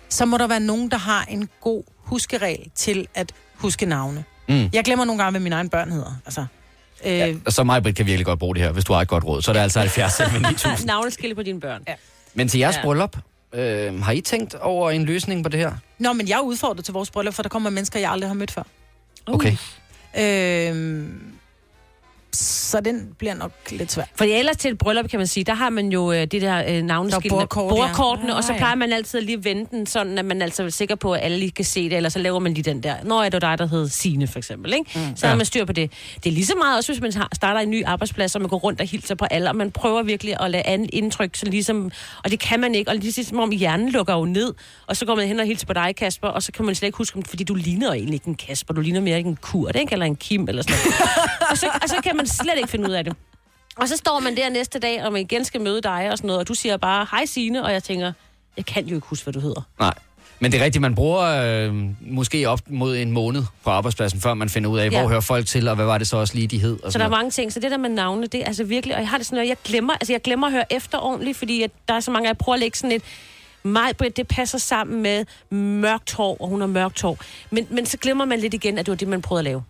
så må der være nogen, der har en god huskeregel til at huske navne.
Mm.
Jeg glemmer nogle gange, hvad mine egne børn hedder. Altså, øh, ja.
Og så mig, Britt, kan virkelig godt bruge det her, hvis du har et godt råd. Så er det altså 70 selv med 9000.
Navneskille på dine børn.
Ja.
Men til jeres
Ja.
ja. bryllup, øh, har I tænkt over en løsning på det her?
Nå, men jeg er udfordret til vores bryllup, for der kommer mennesker, jeg aldrig har mødt før.
Okay.
Øhm, så den bliver nok lidt svær.
For ellers til et bryllup, kan man sige, der har man jo øh, det der øh, navneskiltene,
Der er bordkort, ja.
bordkortene, og så
Ah, ja.
plejer man altid at lige at vende den, sådan at man altså er sikker på, at alle lige kan se det, eller så laver man lige den der. Nå, er det var dig, der hed Sine for eksempel, ikke? Mm. Så har
Ja.
man styr på det. Det er lige så meget også, hvis man har- starter en ny arbejdsplads, og man går rundt og hilser på alle, og man prøver virkelig at lade andet indtryk, så ligesom, og det kan man ikke, og lige så- som om hjernen lukker jo ned, og så går man hen og hilser på dig, Kasper, og så kan man slet ikke huske, om- fordi du ligner jo egentlig ikke en Kasper, du ligner mere ikke en Kurt, ikke? Eller en Kim, eller sådan noget. og, så, og så kan man slet ikke finde ud af det. Og så står man der næste dag, og man igen skal møde dig og sådan noget, og du siger bare, hej Signe, og jeg tænker, jeg kan jo ikke huske, hvad du hedder.
Nej. Men det er rigtigt, man bruger øh, måske op mod en måned på arbejdspladsen, før man finder ud af,
Ja.
ja. hvor hører folk til, og hvad var det så også lige, de hed. Og
Så der er mange ting, så det der med navne, det er altså virkelig, og jeg har det sådan, at jeg glemmer, altså jeg glemmer at høre efter ordentligt, fordi at der er så mange, jeg prøver at lægge sådan et, mig, Britt, det passer sammen med mørkt hår, og hun har mørkt hår. Men, men så glemmer man lidt igen, at det var det, man prøvede at lave.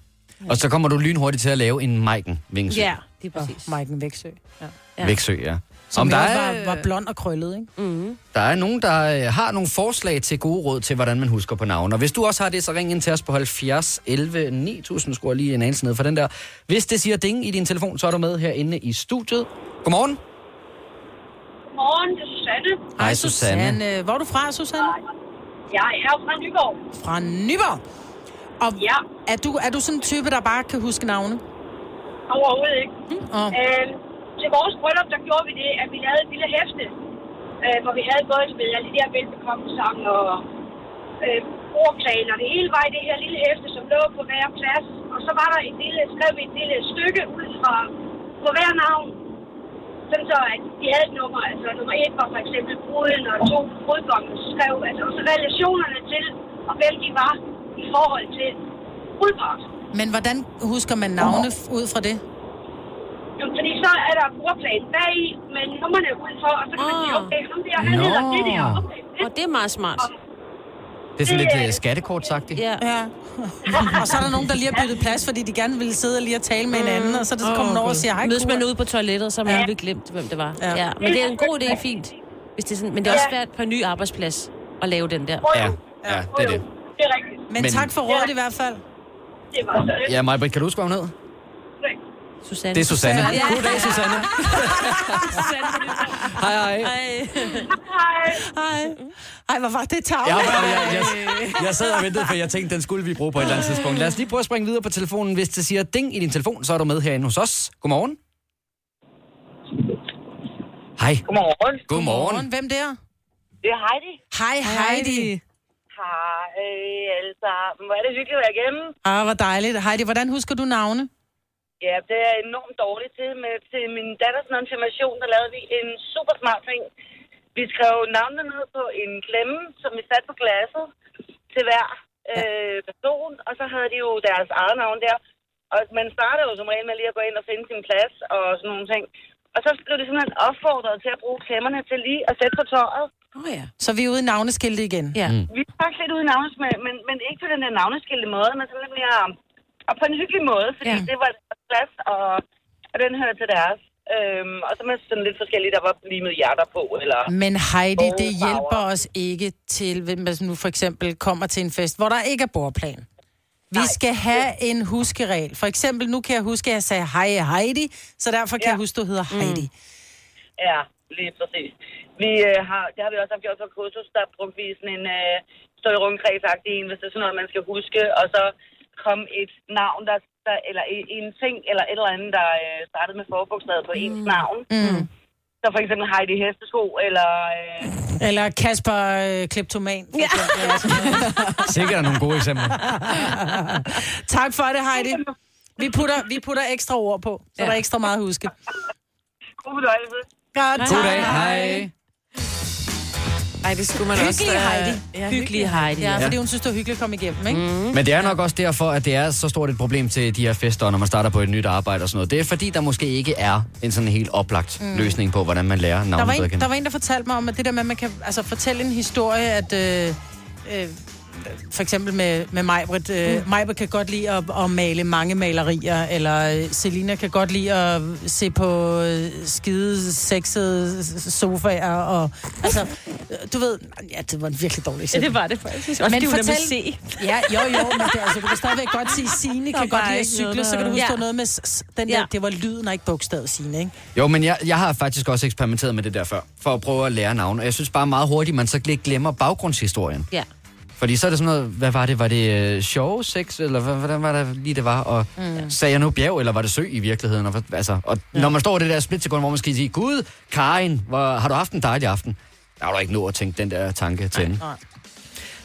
Og så kommer du lynhurtigt til at lave en Maiken Vingsø.
Ja, det er præcis.
Og Maiken Væksø. Ja.
Ja. Væksø, ja.
Som
Om der,
er...
er,
var, var blond og krøllet, ikke?
Mm.
der er nogen, der øh, har nogle forslag til gode råd til, hvordan man husker på navn. Og hvis du også har det, så ring ind til os på 70 11 9000. Skruer lige en anelse ned for den der. Hvis det siger ding i din telefon, så er du med herinde i studiet. Godmorgen.
Godmorgen, det er Susanne.
Hej, Susanne.
Susanne. Øh, Hvor er du fra, Susanne?
Jeg er fra Nyborg.
Fra Nyborg. Og ja. er, du, er du sådan en type, der bare kan huske navne?
Overhovedet ikke.
Åh.
Øh, til vores bryllup, der gjorde vi det, at vi lavede et lille hæfte, øh, hvor vi havde både spillet alle de der velbekommelsang og øh, ordplaner. Det hele var i det her lille hæfte, som lå på hver plads. Og så var der et lille, skrev vi et lille stykke ud fra på hver navn. Sådan så, at de havde et nummer. Altså nummer et var for eksempel bruden, og to brudgommen skrev. Altså så relationerne til, og hvem de var i forhold til brudparret.
Men hvordan husker man navne f- ud fra det?
Jamen, fordi så er der brugerplan bag i med nummerne udenfor, og så kan man sige, okay, ham der, han
Nå.
hedder det der. Okay,
Og det er meget smart.
Det er sådan lidt øh, skattekort sagt,
Ja.
ja. og så er der nogen, der lige har byttet plads, fordi de gerne ville sidde og lige og tale med hinanden,
Mm.
og så er det- så kommer man over og siger, hej,
Mødes
Kurt.
man ude på toilettet, så har man ja. glemt, hvem det var. Ja. ja. Men det er en god idé, fint. Hvis det er sådan, men det er også
Ja.
svært på en ny arbejdsplads at lave den der.
Ja, ja, det er det.
det er rigtigt.
Men, Men tak for rådet i hvert fald.
Det var så lidt.
Ja, Majbrit, kan du huske, hvad hun hed?
Susanne.
Det er Susanne.
Ja.
eh.
Goddag, Susanne. Hej, hej.
Hej.
Hej. Ej, hvor var det tavlet.
Jeg, var, jeg, jeg, jeg sad og ventede, for jeg tænkte, den skulle vi bruge på et eller andet tidspunkt. Lad os lige prøve at springe videre på telefonen. Hvis det siger ding i din telefon, så er du med herinde hos os. Godmorgen. Hej.
Godmorgen.
Godmorgen.
Hvem der?
Det er Heidi.
Hej, Heidi.
Hej, alle sammen. Hvor er det hyggeligt at være hjemme.
Ah, hvor dejligt. Heidi, hvordan husker du navne?
Ja, det er enormt dårligt til. Med, til min datters konfirmation, der lavede vi en super smart ting. Vi skrev navnene ned på en klemme, som vi satte på glasset til hver øh, person, og så havde de jo deres eget navn der. Og man starter jo som regel med lige at gå ind og finde sin plads og sådan nogle ting. Og så blev de simpelthen opfordret til at bruge klemmerne til lige at sætte på tøjet.
Oh, ja. Så vi er ude i navneskilte igen.
Ja.
Mm.
Vi er faktisk lidt ude i navnes, men, men, men ikke på den der navneskilte måde, men sådan lidt mere... Og på en hyggelig måde, fordi ja. det var deres plads, og, og den hører til deres. Øhm, og så med sådan lidt forskellige, der var limet hjerter på, eller...
Men Heidi, det
borgfarver.
hjælper os ikke til, hvis man nu for eksempel kommer til en fest, hvor der ikke er bordplan. Vi skal have en huskeregel. For eksempel, nu kan jeg huske, at jeg sagde hej Heidi, så derfor kan jeg huske, du hedder Heidi.
Ja, lige præcis. Vi øh, har, det har vi også haft gjort på kursus, der brugte vi sådan en øh, stå i rundkredsagtig en, hvis det er sådan noget, man skal huske, og så kom et navn, der, der eller en, en ting, eller et eller andet, der øh, startede med forbogstavet på mm. ens navn.
Mm.
Så for eksempel Heidi Hestesko, eller... Øh,
Eller Kasper øh, Kleptoman. Ja.
Sikkert er nogle gode eksempler.
tak for det, Heidi. Vi putter, vi putter ekstra ord på, så ja. der er ekstra meget at huske.
God bedøjelse.
Godt, tak.
Goddag. Hej.
Ej, det skulle man også...
Hyggelige
øh,
Heidi.
Ja,
Hyggelige Heidi,
Ja,
ja.
fordi hun synes, det var hyggeligt at komme igennem, ikke? Mm.
Men det er nok også derfor, at det er så stort et problem til de her fester, når man starter på et nyt arbejde og sådan noget. Det er fordi, der måske ikke er en sådan helt oplagt
Mm.
mm. løsning på, hvordan man lærer
Der var,
navnet bedre at
en,
kende.
der var en, der fortalte mig om, at det der med, at man kan altså, fortælle en historie, at øh, øh, for eksempel med, med Majbrit, øh,
Mm.
Majbrit kan godt lide at, at male mange malerier, eller øh, Selina kan godt lide at se på øh, skide sexede sofaer, og altså, øh, du ved, ja, det var en virkelig dårlig
Ja,
eksempel.
det var det faktisk. Også men det fortæl... Se.
Ja, jo, jo, men det, altså, du kan stadigvæk godt sige, Signe
Der
kan
var
godt lide at
ikke noget,
cykle, så kan du
der-
huske
Ja.
ja. noget med s- s- den der,
Ja.
ja. det var lyden og ikke bogstavet, Signe, ikke?
Jo, men jeg, jeg har faktisk også eksperimenteret med det der før, for at prøve at lære navn. Og jeg synes bare meget hurtigt, man så lidt glemmer baggrundshistorien.
Ja.
Fordi så er det sådan noget, hvad var det? Var det øh, sjov sex, eller hvad- hvordan var det lige det var? Og mm. sagde jeg nu bjerg, eller var det sø i virkeligheden? Og, hvad- altså, og ja. når man står i det der splitsekund, hvor man skal sige, Gud, Karin, hvor, har du haft en dejlig aften? Der har du ikke nået at tænke den der tanke til. ende.
nej.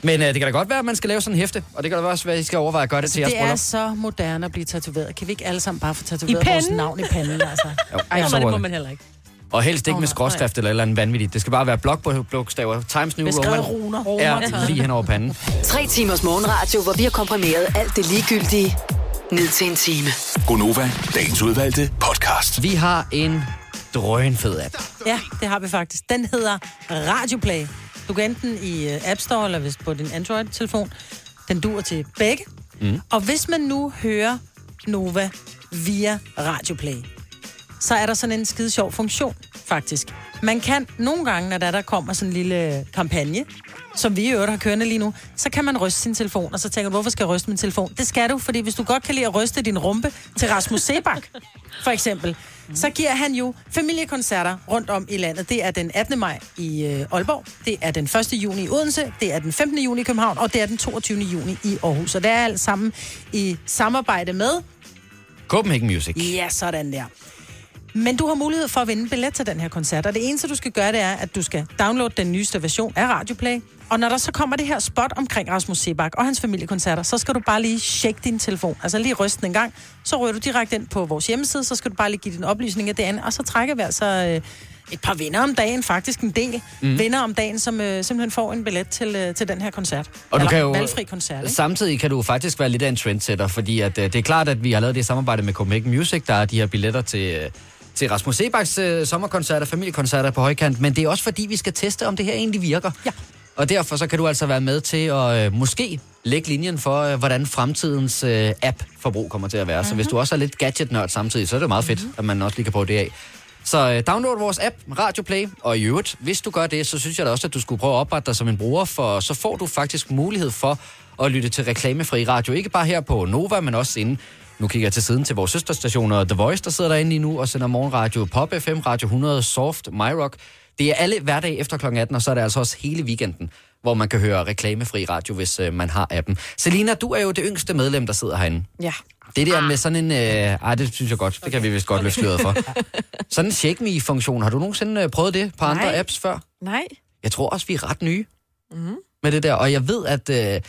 Men øh, det kan da godt være, at man skal lave sådan en hæfte, og det kan da også være, at I skal overveje at gøre det altså, til jeres
det er
bryllup.
så moderne at blive tatoveret. Kan vi ikke alle sammen bare få
I
tatoveret vores
panden?
navn i panden, altså?
Jo,
Ej,
så
så det
var
må
det.
man heller ikke.
Og helst ikke
Nå,
med
nej.
skråskrift eller et eller andet vanvittigt. Det skal bare være blokbogstaver, Times New
Beskrevet
Roman.
runer.
Ja, lige hen over panden.
Tre timers morgenradio, hvor vi har komprimeret alt det ligegyldige ned til en time.
Gonova, dagens udvalgte podcast.
Vi har en drønfed app.
Ja, det har vi faktisk. Den hedder Radioplay. Du kan enten i øh, App Store eller hvis på din Android-telefon. Den duer til begge. Mm. Og hvis man nu hører Nova via Radioplay, så er der sådan en skide sjov funktion, faktisk. Man kan nogle gange, når der, der kommer sådan en lille øh, kampagne, som vi i øvrigt har kørende lige nu, så kan man ryste sin telefon, og så tænker du, hvorfor skal jeg ryste min telefon? Det skal du, fordi hvis du godt kan lide at ryste din rumpe til Rasmus Sebak, for eksempel, så giver han jo familiekoncerter rundt om i landet. Det er den 18. maj i øh, Aalborg, det er den 1. juni i Odense, det er den 15. juni i København, og det er den 22. juni i Aarhus. Og det er alt sammen i samarbejde med
Copenhagen Music.
Ja, sådan der. Men du har mulighed for at vinde en billet til den her koncert, og det eneste, du skal gøre, det er, at du skal downloade den nyeste version af Radioplay. Og når der så kommer det her spot omkring Rasmus Sebak og hans familiekoncerter, så skal du bare lige tjekke din telefon. Altså lige ryste den en gang, så rører du direkte ind på vores hjemmeside, så skal du bare lige give din oplysning af det andet, og så trækker vi altså øh, et par vinder om dagen, faktisk en del mm.
Mhm.
vinder om dagen, som øh, simpelthen får en billet til, øh, til den her koncert.
Og du
Eller
kan jo,
valgfri koncert, ikke?
Samtidig kan du faktisk være lidt af en trendsetter, fordi at, øh, det er klart, at vi har lavet det i samarbejde med Copenhagen Music. Der er de her billetter til, øh, til Rasmus Sebaks øh, sommerkoncerter, familiekoncerter på højkant. Men det er også fordi, vi skal teste, om det her egentlig virker. Ja. Og derfor så kan du altså være med til at øh, måske lægge linjen for, øh, hvordan fremtidens øh, app-forbrug kommer til at være. Så hvis du også er lidt gadget-nørd samtidig, så er det meget fedt, at man også lige kan prøve det af. Så øh, download vores app, Radio Play, og i øvrigt, hvis du gør det, så synes jeg da også, at du skulle prøve at oprette dig som en bruger, for så får du faktisk mulighed for at lytte til reklamefri radio. Ikke bare her på Nova, men også inde. Nu kigger jeg til siden til vores søsterstationer The Voice, der sidder derinde lige nu og sender morgenradio Pop FM, Radio 100, Soft, MyRock. Det er alle hverdag efter kl. 18, og så er det altså også hele weekenden, hvor man kan høre reklamefri radio, hvis øh, man har appen. Selina, du er jo det yngste medlem, der sidder herinde.
Ja.
Det der med sådan en... Øh, ej, det synes jeg godt. Det kan vi vist godt løfte sløret for. Sådan en shake me-funktion. Har du nogensinde øh, prøvet det på andre
Nej.
apps før?
Nej.
Jeg tror også, vi er ret nye
Mm.
med det der. Og jeg ved, at øh,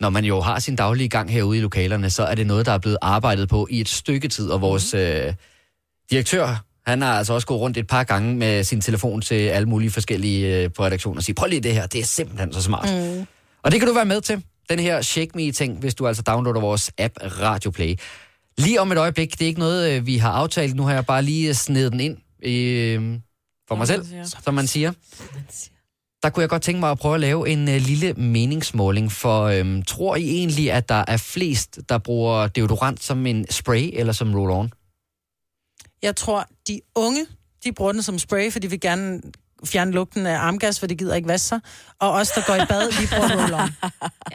når man jo har sin daglige gang herude i lokalerne, så er det noget, der er blevet arbejdet på i et stykke tid. Og vores øh, direktør, han har altså også gået rundt et par gange med sin telefon til alle mulige forskellige øh, på redaktionen og sige, prøv lige det her, det er simpelthen så smart.
Mm.
Og det kan du være med til, den her Shake Me-ting, hvis du altså downloader vores app Radio Play. Lige om et øjeblik, det er ikke noget, øh, vi har aftalt. Nu har jeg bare lige øh, snedet den ind øh, for mig selv, som man siger. Der kunne jeg godt tænke mig at prøve at lave en øh, lille meningsmåling, for øhm, tror I egentlig, at der er flest, der bruger deodorant som en spray eller som roll-on?
Jeg tror, de unge, de bruger den som spray, for de vil gerne fjerne lugten af armgas, for det gider ikke vaske sig. Og os, der går i bad, vi bruger roll-on.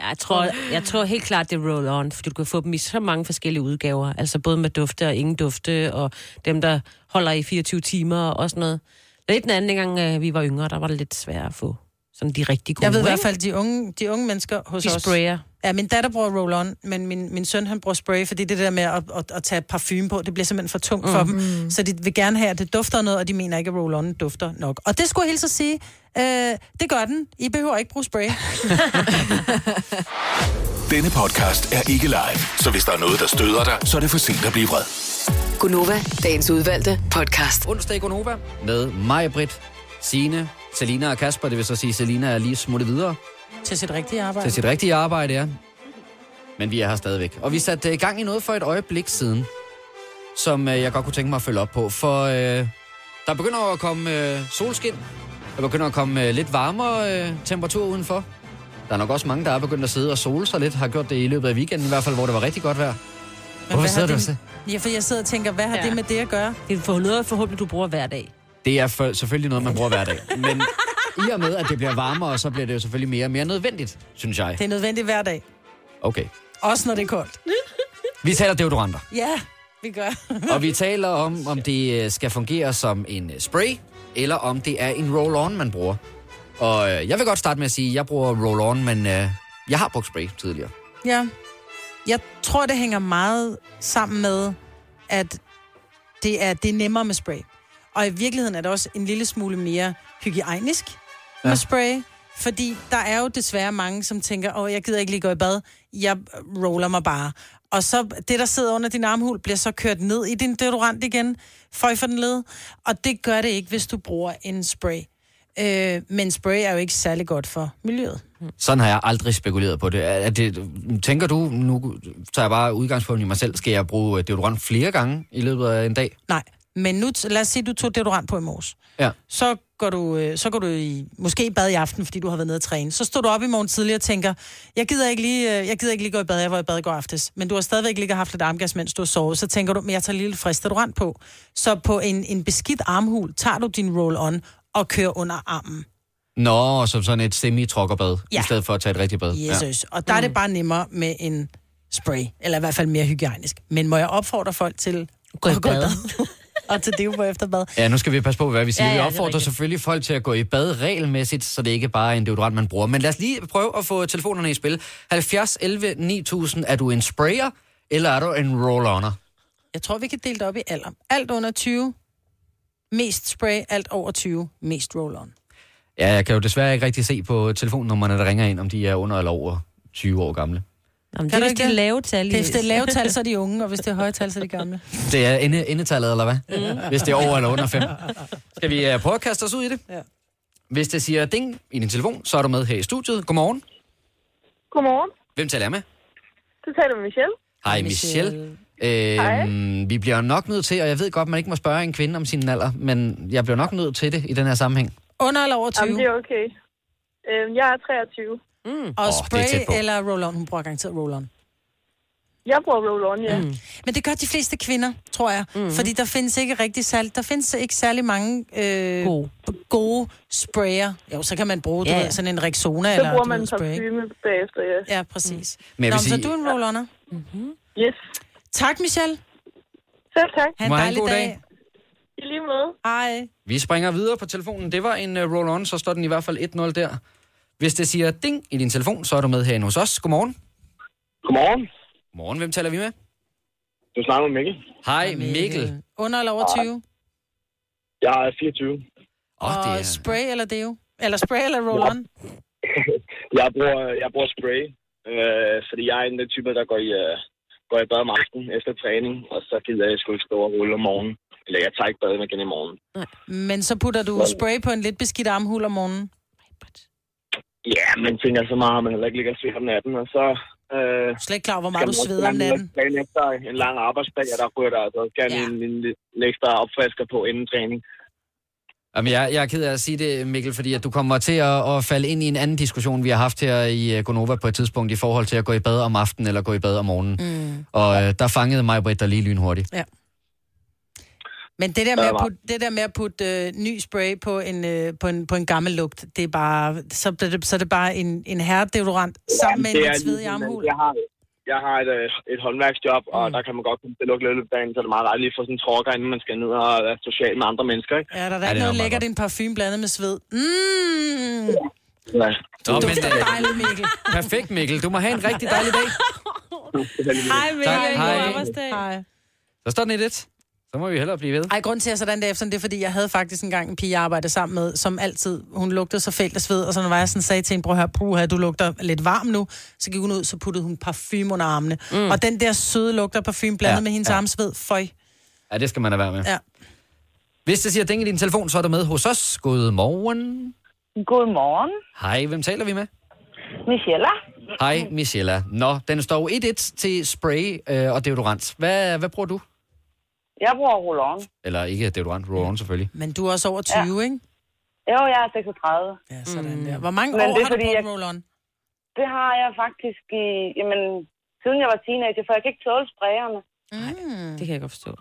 Jeg tror, jeg tror helt klart, det er roll-on, for du kan få dem i så mange forskellige udgaver. Altså både med dufte og ingen dufte, og dem, der holder i 24 timer og sådan noget. Lidt den anden dengang øh, vi var yngre, der var det lidt sværere at få sådan de rigtig gode.
Jeg ved i
ikke?
hvert fald, de unge, de unge mennesker hos
De
os...
sprayer.
Ja, min datter bruger roll-on, men min, min søn han bruger spray, fordi det der med at, at, at tage parfume på, det bliver simpelthen for tungt for
Mm.
dem. Så de vil gerne have, at det dufter noget, og de mener ikke, at roll-on dufter nok. Og det skulle jeg hilse at sige, øh, det gør den. I behøver ikke bruge spray.
Denne podcast er ikke live, så hvis der er noget, der støder dig, så er det for sent at blive vred.
Gunova, dagens udvalgte podcast.
Onsdag i Gunova. Med mig, Britt, Signe, Selina og Kasper. Det vil så sige, at Selina er lige smuttet videre
Til sit rigtige
Arbejde.
arbejde.
til sit rigtige arbejde, ja. Men vi er her stadigvæk. Og vi satte øh, gang i noget for et øjeblik siden, som øh, jeg godt kunne tænke mig at følge op på. For øh, der begynder jo at komme øh, solskin. Der begynder at komme øh, lidt varmere øh, temperatur udenfor. Der er nok også mange, der er begyndt at sidde og sole sig lidt. Har gjort det i løbet af weekenden i hvert fald, hvor det var rigtig godt vejr. Hvorfor
hvad
sidder
har
du og
det-
ser-
Ja, for jeg sidder og tænker, hvad har ja. det med det at gøre?
Det er for noget, forhåbentlig du bruger hver dag.
Det er for, selvfølgelig noget, man bruger hver dag. Men i og med, at det bliver varmere, så bliver det jo selvfølgelig mere og mere nødvendigt, synes jeg.
Det er nødvendigt hver dag.
Okay.
Også når det er koldt.
Vi taler deodoranter.
Ja, vi gør.
Og vi taler om, om det øh, skal fungere som en øh, spray, eller om det er en roll-on, man bruger. Og øh, jeg vil godt starte med at sige, at jeg bruger roll-on, men øh, jeg har brugt spray tidligere.
Ja. Jeg tror, det hænger meget sammen med, at det er, det er nemmere med spray. Og i virkeligheden er det også en lille smule mere hygiejnisk ja. med spray. Fordi der er jo desværre mange, som tænker, åh, jeg gider ikke lige gå i bad, jeg roller mig bare. Og så det, der sidder under din armhul, bliver så kørt ned i din deodorant igen, føj for den led. Og det gør det ikke, hvis du bruger en spray. Øh, men spray er jo ikke særlig godt for miljøet.
Sådan har jeg aldrig spekuleret på det. Er er det tænker du, nu tager jeg bare udgangspunkt i mig selv, skal jeg bruge øh, deodorant flere gange i løbet af en dag?
Nej, men nu, t- lad os sige, du tog deodorant på i morges.
Ja.
Så går du, øh, så går du i, måske i bad i aften, fordi du har været nede og træne. Så står du op i morgen tidlig og tænker, jeg gider ikke lige, øh, jeg gider ikke lige gå i bad, jeg var i bad i går aftes. Men du har stadigvæk ligget og haft lidt armgas, mens du har sovet. Så tænker du, men jeg tager lige lidt frisk deodorant på. Så på en, en beskidt armhul tager du din roll-on og kører under armen.
Nå, som sådan et semi-trokkerbad, ja.
Ja.
i stedet for at tage et rigtigt bad.
Jesus. Og der er det bare nemmere med en spray, eller i hvert fald mere hygiejnisk. Men må jeg opfordre folk til
Gå i
at
bad.
og til det på efterbad.
Ja, nu skal vi passe på, hvad vi siger.
Ja,
Ja,
ja,
ja,
det er
vi opfordrer
rigtigt.
selvfølgelig folk til at gå i bad regelmæssigt, så det ikke bare er en deodorant, man bruger. Men lad os lige prøve at få telefonerne i spil. 70 11 9000, er du en sprayer, eller er du en roll-oner?
Jeg tror, vi kan dele det op i alder. Alt under 20, mest spray. Alt over 20, mest roll-on.
Ja, jeg kan jo desværre ikke rigtig se på telefonnummerne, der ringer ind, om de er under eller over 20 år gamle.
Jamen, det
Kan
er
du
vist
ikke
det
det?
lave tal.
Det er, hvis det er lave tal, så er de unge, og hvis det er høje tal, så er de gamle.
Det er ende, endetallet, eller hvad?
Mm.
Mm. Hvis det er over eller under 5. Skal vi øh, prøve at kaste os ud i det?
Ja.
Hvis det siger ding i din telefon, så er du med her i studiet. Godmorgen.
Godmorgen.
Hvem taler jeg med?
Du taler med Michelle.
Hej Michelle. Øhm, vi bliver nok nødt til, og jeg ved godt, man ikke må spørge en kvinde om sin alder, men jeg bliver nok nødt til det i den her sammenhæng.
Under eller over 20?
Jamen, det er okay. Øhm, jeg er 23.
Mm. Og
Åh, det er
spray
tæt på.
eller roll-on? Hun bruger garanteret roll-on.
Jeg bruger roll-on, ja.
Mm. Men det gør de fleste kvinder, tror jeg. Mm. Fordi der findes ikke rigtig salt. Der findes ikke særlig mange øh, gode. gode sprayer. Jo, så kan man bruge
Ja,
ja.
ja.
du ved, sådan en Rexona
Så
eller
bruger
du
man
ved, spray. ikke?
parfume bagefter, ja.
Ja, præcis.
Men jeg
Nå,
vil
men så er
sige-
du en roll-oner?
Mm-hmm. Yes.
Tak, Michelle.
Selv tak.
Ha' en
Må jeg have
dejlig
en god
dag. Ah,
dag.
I lige måde.
Hej.
Vi springer videre på telefonen. Det var en øh, roll-on, så står den i hvert fald 1-0 der. Hvis det siger ding i din telefon, så er du med herinde hos os. Godmorgen.
Godmorgen.
Morgen, hvem taler vi med?
Du snakker med Mikkel.
Hej Mikkel.
Under eller over 20?
Jeg er 24.
Åh, det
Og
er-
spray eller deo? Eller spray eller roll-on?
Jeg bruger, jeg bruger spray, øh, fordi jeg er en af de typer, der går i, øh, går i bad om aftenen efter træning, og så gider jeg sgu ikke stå og rulle om morgenen. Eller jeg tager ikke baden igen i morgen.
Men så putter du spray på en lidt beskidt armhul om morgenen.
Ja, men tænker så meget, at man heller ikke ligger og sveder om natten, og så... Øh,
slet ikke klar, hvor meget du sveder om natten.
Dagen efter en lang arbejdsdag, og der ryger der altså gerne ja. en, en, en, ekstra opfrisker på inden træning.
Jamen, jeg, jeg er ked af at sige det, Mikkel, fordi at du kommer til at, at falde ind i en anden diskussion, vi har haft her i øh, Gonova på et tidspunkt i forhold til at gå i bad om aftenen eller gå i bad om morgenen.
Mm.
Og øh, der fangede mig Britt der lige lynhurtigt.
Ja. Men det der med
Ja,
at
var-
putte, det der med at putte øh, ny spray på en, øh, på, en, på en gammel lugt, det er bare, så, bliver det, så er det bare en, en herredeodorant sammen med en
det
lidt
er
svedig
ligesom,
armhul. Mm.
at Jeg har, jeg har et, øh, et håndværksjob, og der kan man godt komme til at lukke lidt af dagen, så er det meget rart lige at få sådan en trokker, inden man skal ned og være social med andre mennesker. Ikke?
Ja, der er da ikke noget lækkert i en parfume blandet med sved. Mm.
Ja.
Nå, men, øh,
Det er dejligt, Mikkel.
perfekt, Mikkel. Du må have en rigtig dejlig dag.
Hej, Mikkel.
Tak,
God
hej.
arbejdsdag. Hej.
Så står den i det. Så må vi hellere blive ved.
Ej, grund til, at jeg sådan der efter, det er, fordi jeg havde faktisk engang en pige, jeg arbejdede sammen med, som altid, hun lugtede så fælt af sved, og så når jeg sådan sagde til hende, prøv at høre, bruha, du lugter lidt varm nu, så gik hun ud, så puttede hun parfume under armene. Mm. Og den der søde lugt af parfume blandet
Ja,
ja, med hendes
ja.
ja. armsved, føj.
Ja, det skal man da være med.
Ja.
Hvis det siger ding i din telefon, så er du med hos os. Godmorgen.
Godmorgen.
Hej, hvem taler vi med?
Michelle?
Hej, Michela. Nå, den står jo 1-1 til spray øh, og deodorant. Hvad, hvad bruger du?
Jeg bruger roll-on.
Eller ikke deodorant, roll-on selvfølgelig.
Men du er også over 20, ja. ikke?
Jo, jeg er 36.
Ja, sådan mm. der. Hvor mange
Men
år
det er
har du
fordi,
brugt
jeg-
roll-on?
Det har jeg faktisk i, jamen, siden jeg var teenager, for jeg kan ikke tåle sprayerne.
Mm.
Det kan jeg godt forstå.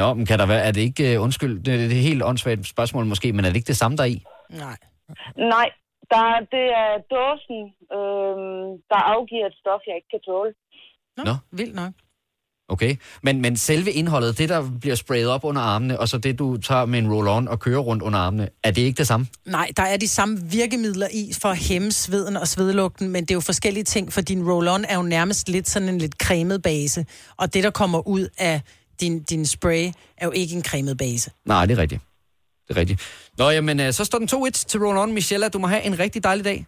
Nå, men kan der være, er det ikke, øh, undskyld, det, det er et helt åndssvagt spørgsmål måske, men er det ikke det samme, der er i?
Nej.
Nej, der, er- det er dåsen, øhm, der afgiver et stof, jeg ikke kan tåle.
Nå.
Vildt nok.
Okay, men, men selve indholdet, det der bliver sprayet op under armene, og så det du tager med en roll-on og kører rundt under armene, er det ikke det samme?
Nej, der er de samme virkemidler i for at hæmme sveden og svedlugten, men det er jo forskellige ting, for din roll-on er jo nærmest lidt sådan en lidt cremet base, og det, der kommer ud af din, din spray, er jo ikke en cremet base.
Nej, det er rigtigt. Det er rigtigt. Nå, jamen, øh, så står den 2-1 til roll-on. Michelle, du må have en rigtig dejlig dag.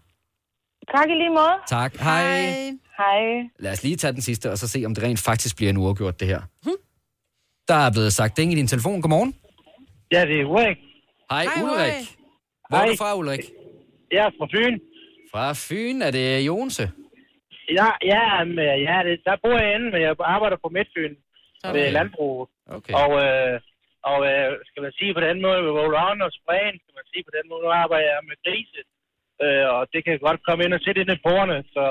Tak i lige måde.
Tak. Hej. Hej.
Hej.
Lad os lige tage den sidste, og så se, om det rent faktisk bliver en uafgjort, det her. Der er blevet sagt ding i din telefon. Godmorgen.
Ja, det er Ulrik. Hej,
Hej, Hej
eh.
Ulrik.
Ulrik.
Hej. Hvor er
Hej.
du fra, Ulrik?
Jeg er fra Fyn.
Fra Fyn? Er det Jonse?
Ja, ja, men, øh, ja det, der bor jeg inde, men jeg arbejder på Midtfyn okay. ved landbruget.
Okay.
Og, øh, og øh, skal man sige på den måde med roll-on og sprayen, skal man sige på den måde, nu arbejder jeg med grise. Øh, og det kan godt komme ind og sætte ind i porerne, så,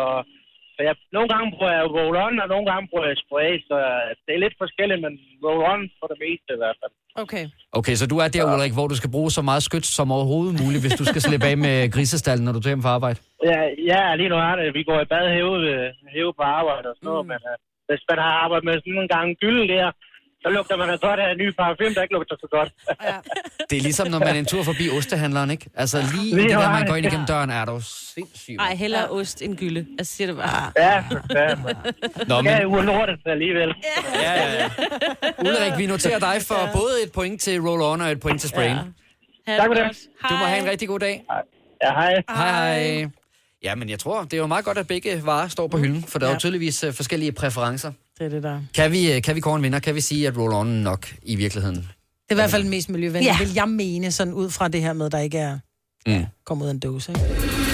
så jeg, nogle gange bruger jeg roll-on, og nogle gange bruger jeg spray, så øh, det er lidt forskelligt, men roll-on for det meste i hvert fald.
Okay.
Okay, så du er der, Ulrik, hvor du skal bruge så meget skyt som overhovedet muligt, hvis du skal slippe af med grisestallen, når du tager hjem fra arbejde.
Ja, ja lige nu er det. Vi går i bad hæve, øh, hæve på arbejde og sådan noget, mm. men øh, hvis man har arbejdet med sådan en gang gylde der, så lugter man da godt af en ny parfume, der ikke lugter så godt.
Det er ligesom, når man er en tur forbi ostehandleren, ikke? Altså lige
Lige
det der, man
nøjagtigt.
går ind igennem døren, er du sindssygt.
Ej, hellere ja. ost end gylde. Jeg siger det bare.
Ja, ja. Nå, men... Ja, uanlortet alligevel.
Ja, ja, ja. Ulrik, vi noterer dig for både et point til roll-on og et point til sprayen.
Ha'
Tak for det.
Du må have en rigtig god dag.
Ja, hej.
Hej. hej. Mm. Ja, men jeg tror, det er jo meget godt, at begge varer står på hylden, for der er jo
Ja.
tydeligvis øh, forskellige præferencer.
Det er det, der er.
Kan vi, øh, kan vi kåre en vinder? Kan vi sige, at roll-on nok i virkeligheden?
Det er i hvert fald den mest miljøvenlige,
Ja.
ja. vil jeg mene, sådan ud fra det her med, der ikke er
Mm.
kommet ud af en dose. Ikke?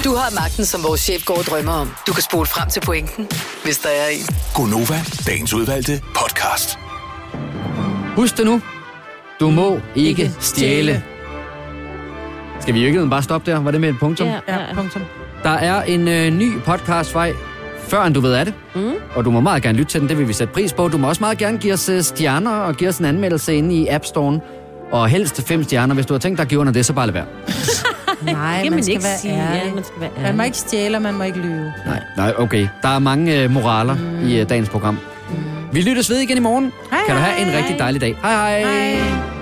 Du har magten, som vores chef går og drømmer om. Du kan spole frem til pointen, hvis der er en.
Gonova, dagens udvalgte podcast.
Husk det nu. Du må ikke stjæle. Skal vi i virkeligheden bare stoppe der? Var det med et punktum?
Ja, ja. punktum.
Der er en øh, ny podcastvej før end du ved af det. Mm. Og du må meget gerne lytte til den, det vil vi sætte pris på. Du må også meget gerne give os øh, stjerner og give os en anmeldelse inde i App Store'en. Og helst fem stjerner. Hvis du har tænkt dig at give under det, så bare lad være.
Nej,
man
man
skal
skal
være ærlig.
Ja, man, skal være man må ikke stjæle, og man må ikke lyve.
Nej, nej, okay. Der er mange øh, moraler mm. i øh, dagens program. Vi lyttes ved igen i morgen. Hej, kan du have en rigtig dejlig dag. Hej hej. hej.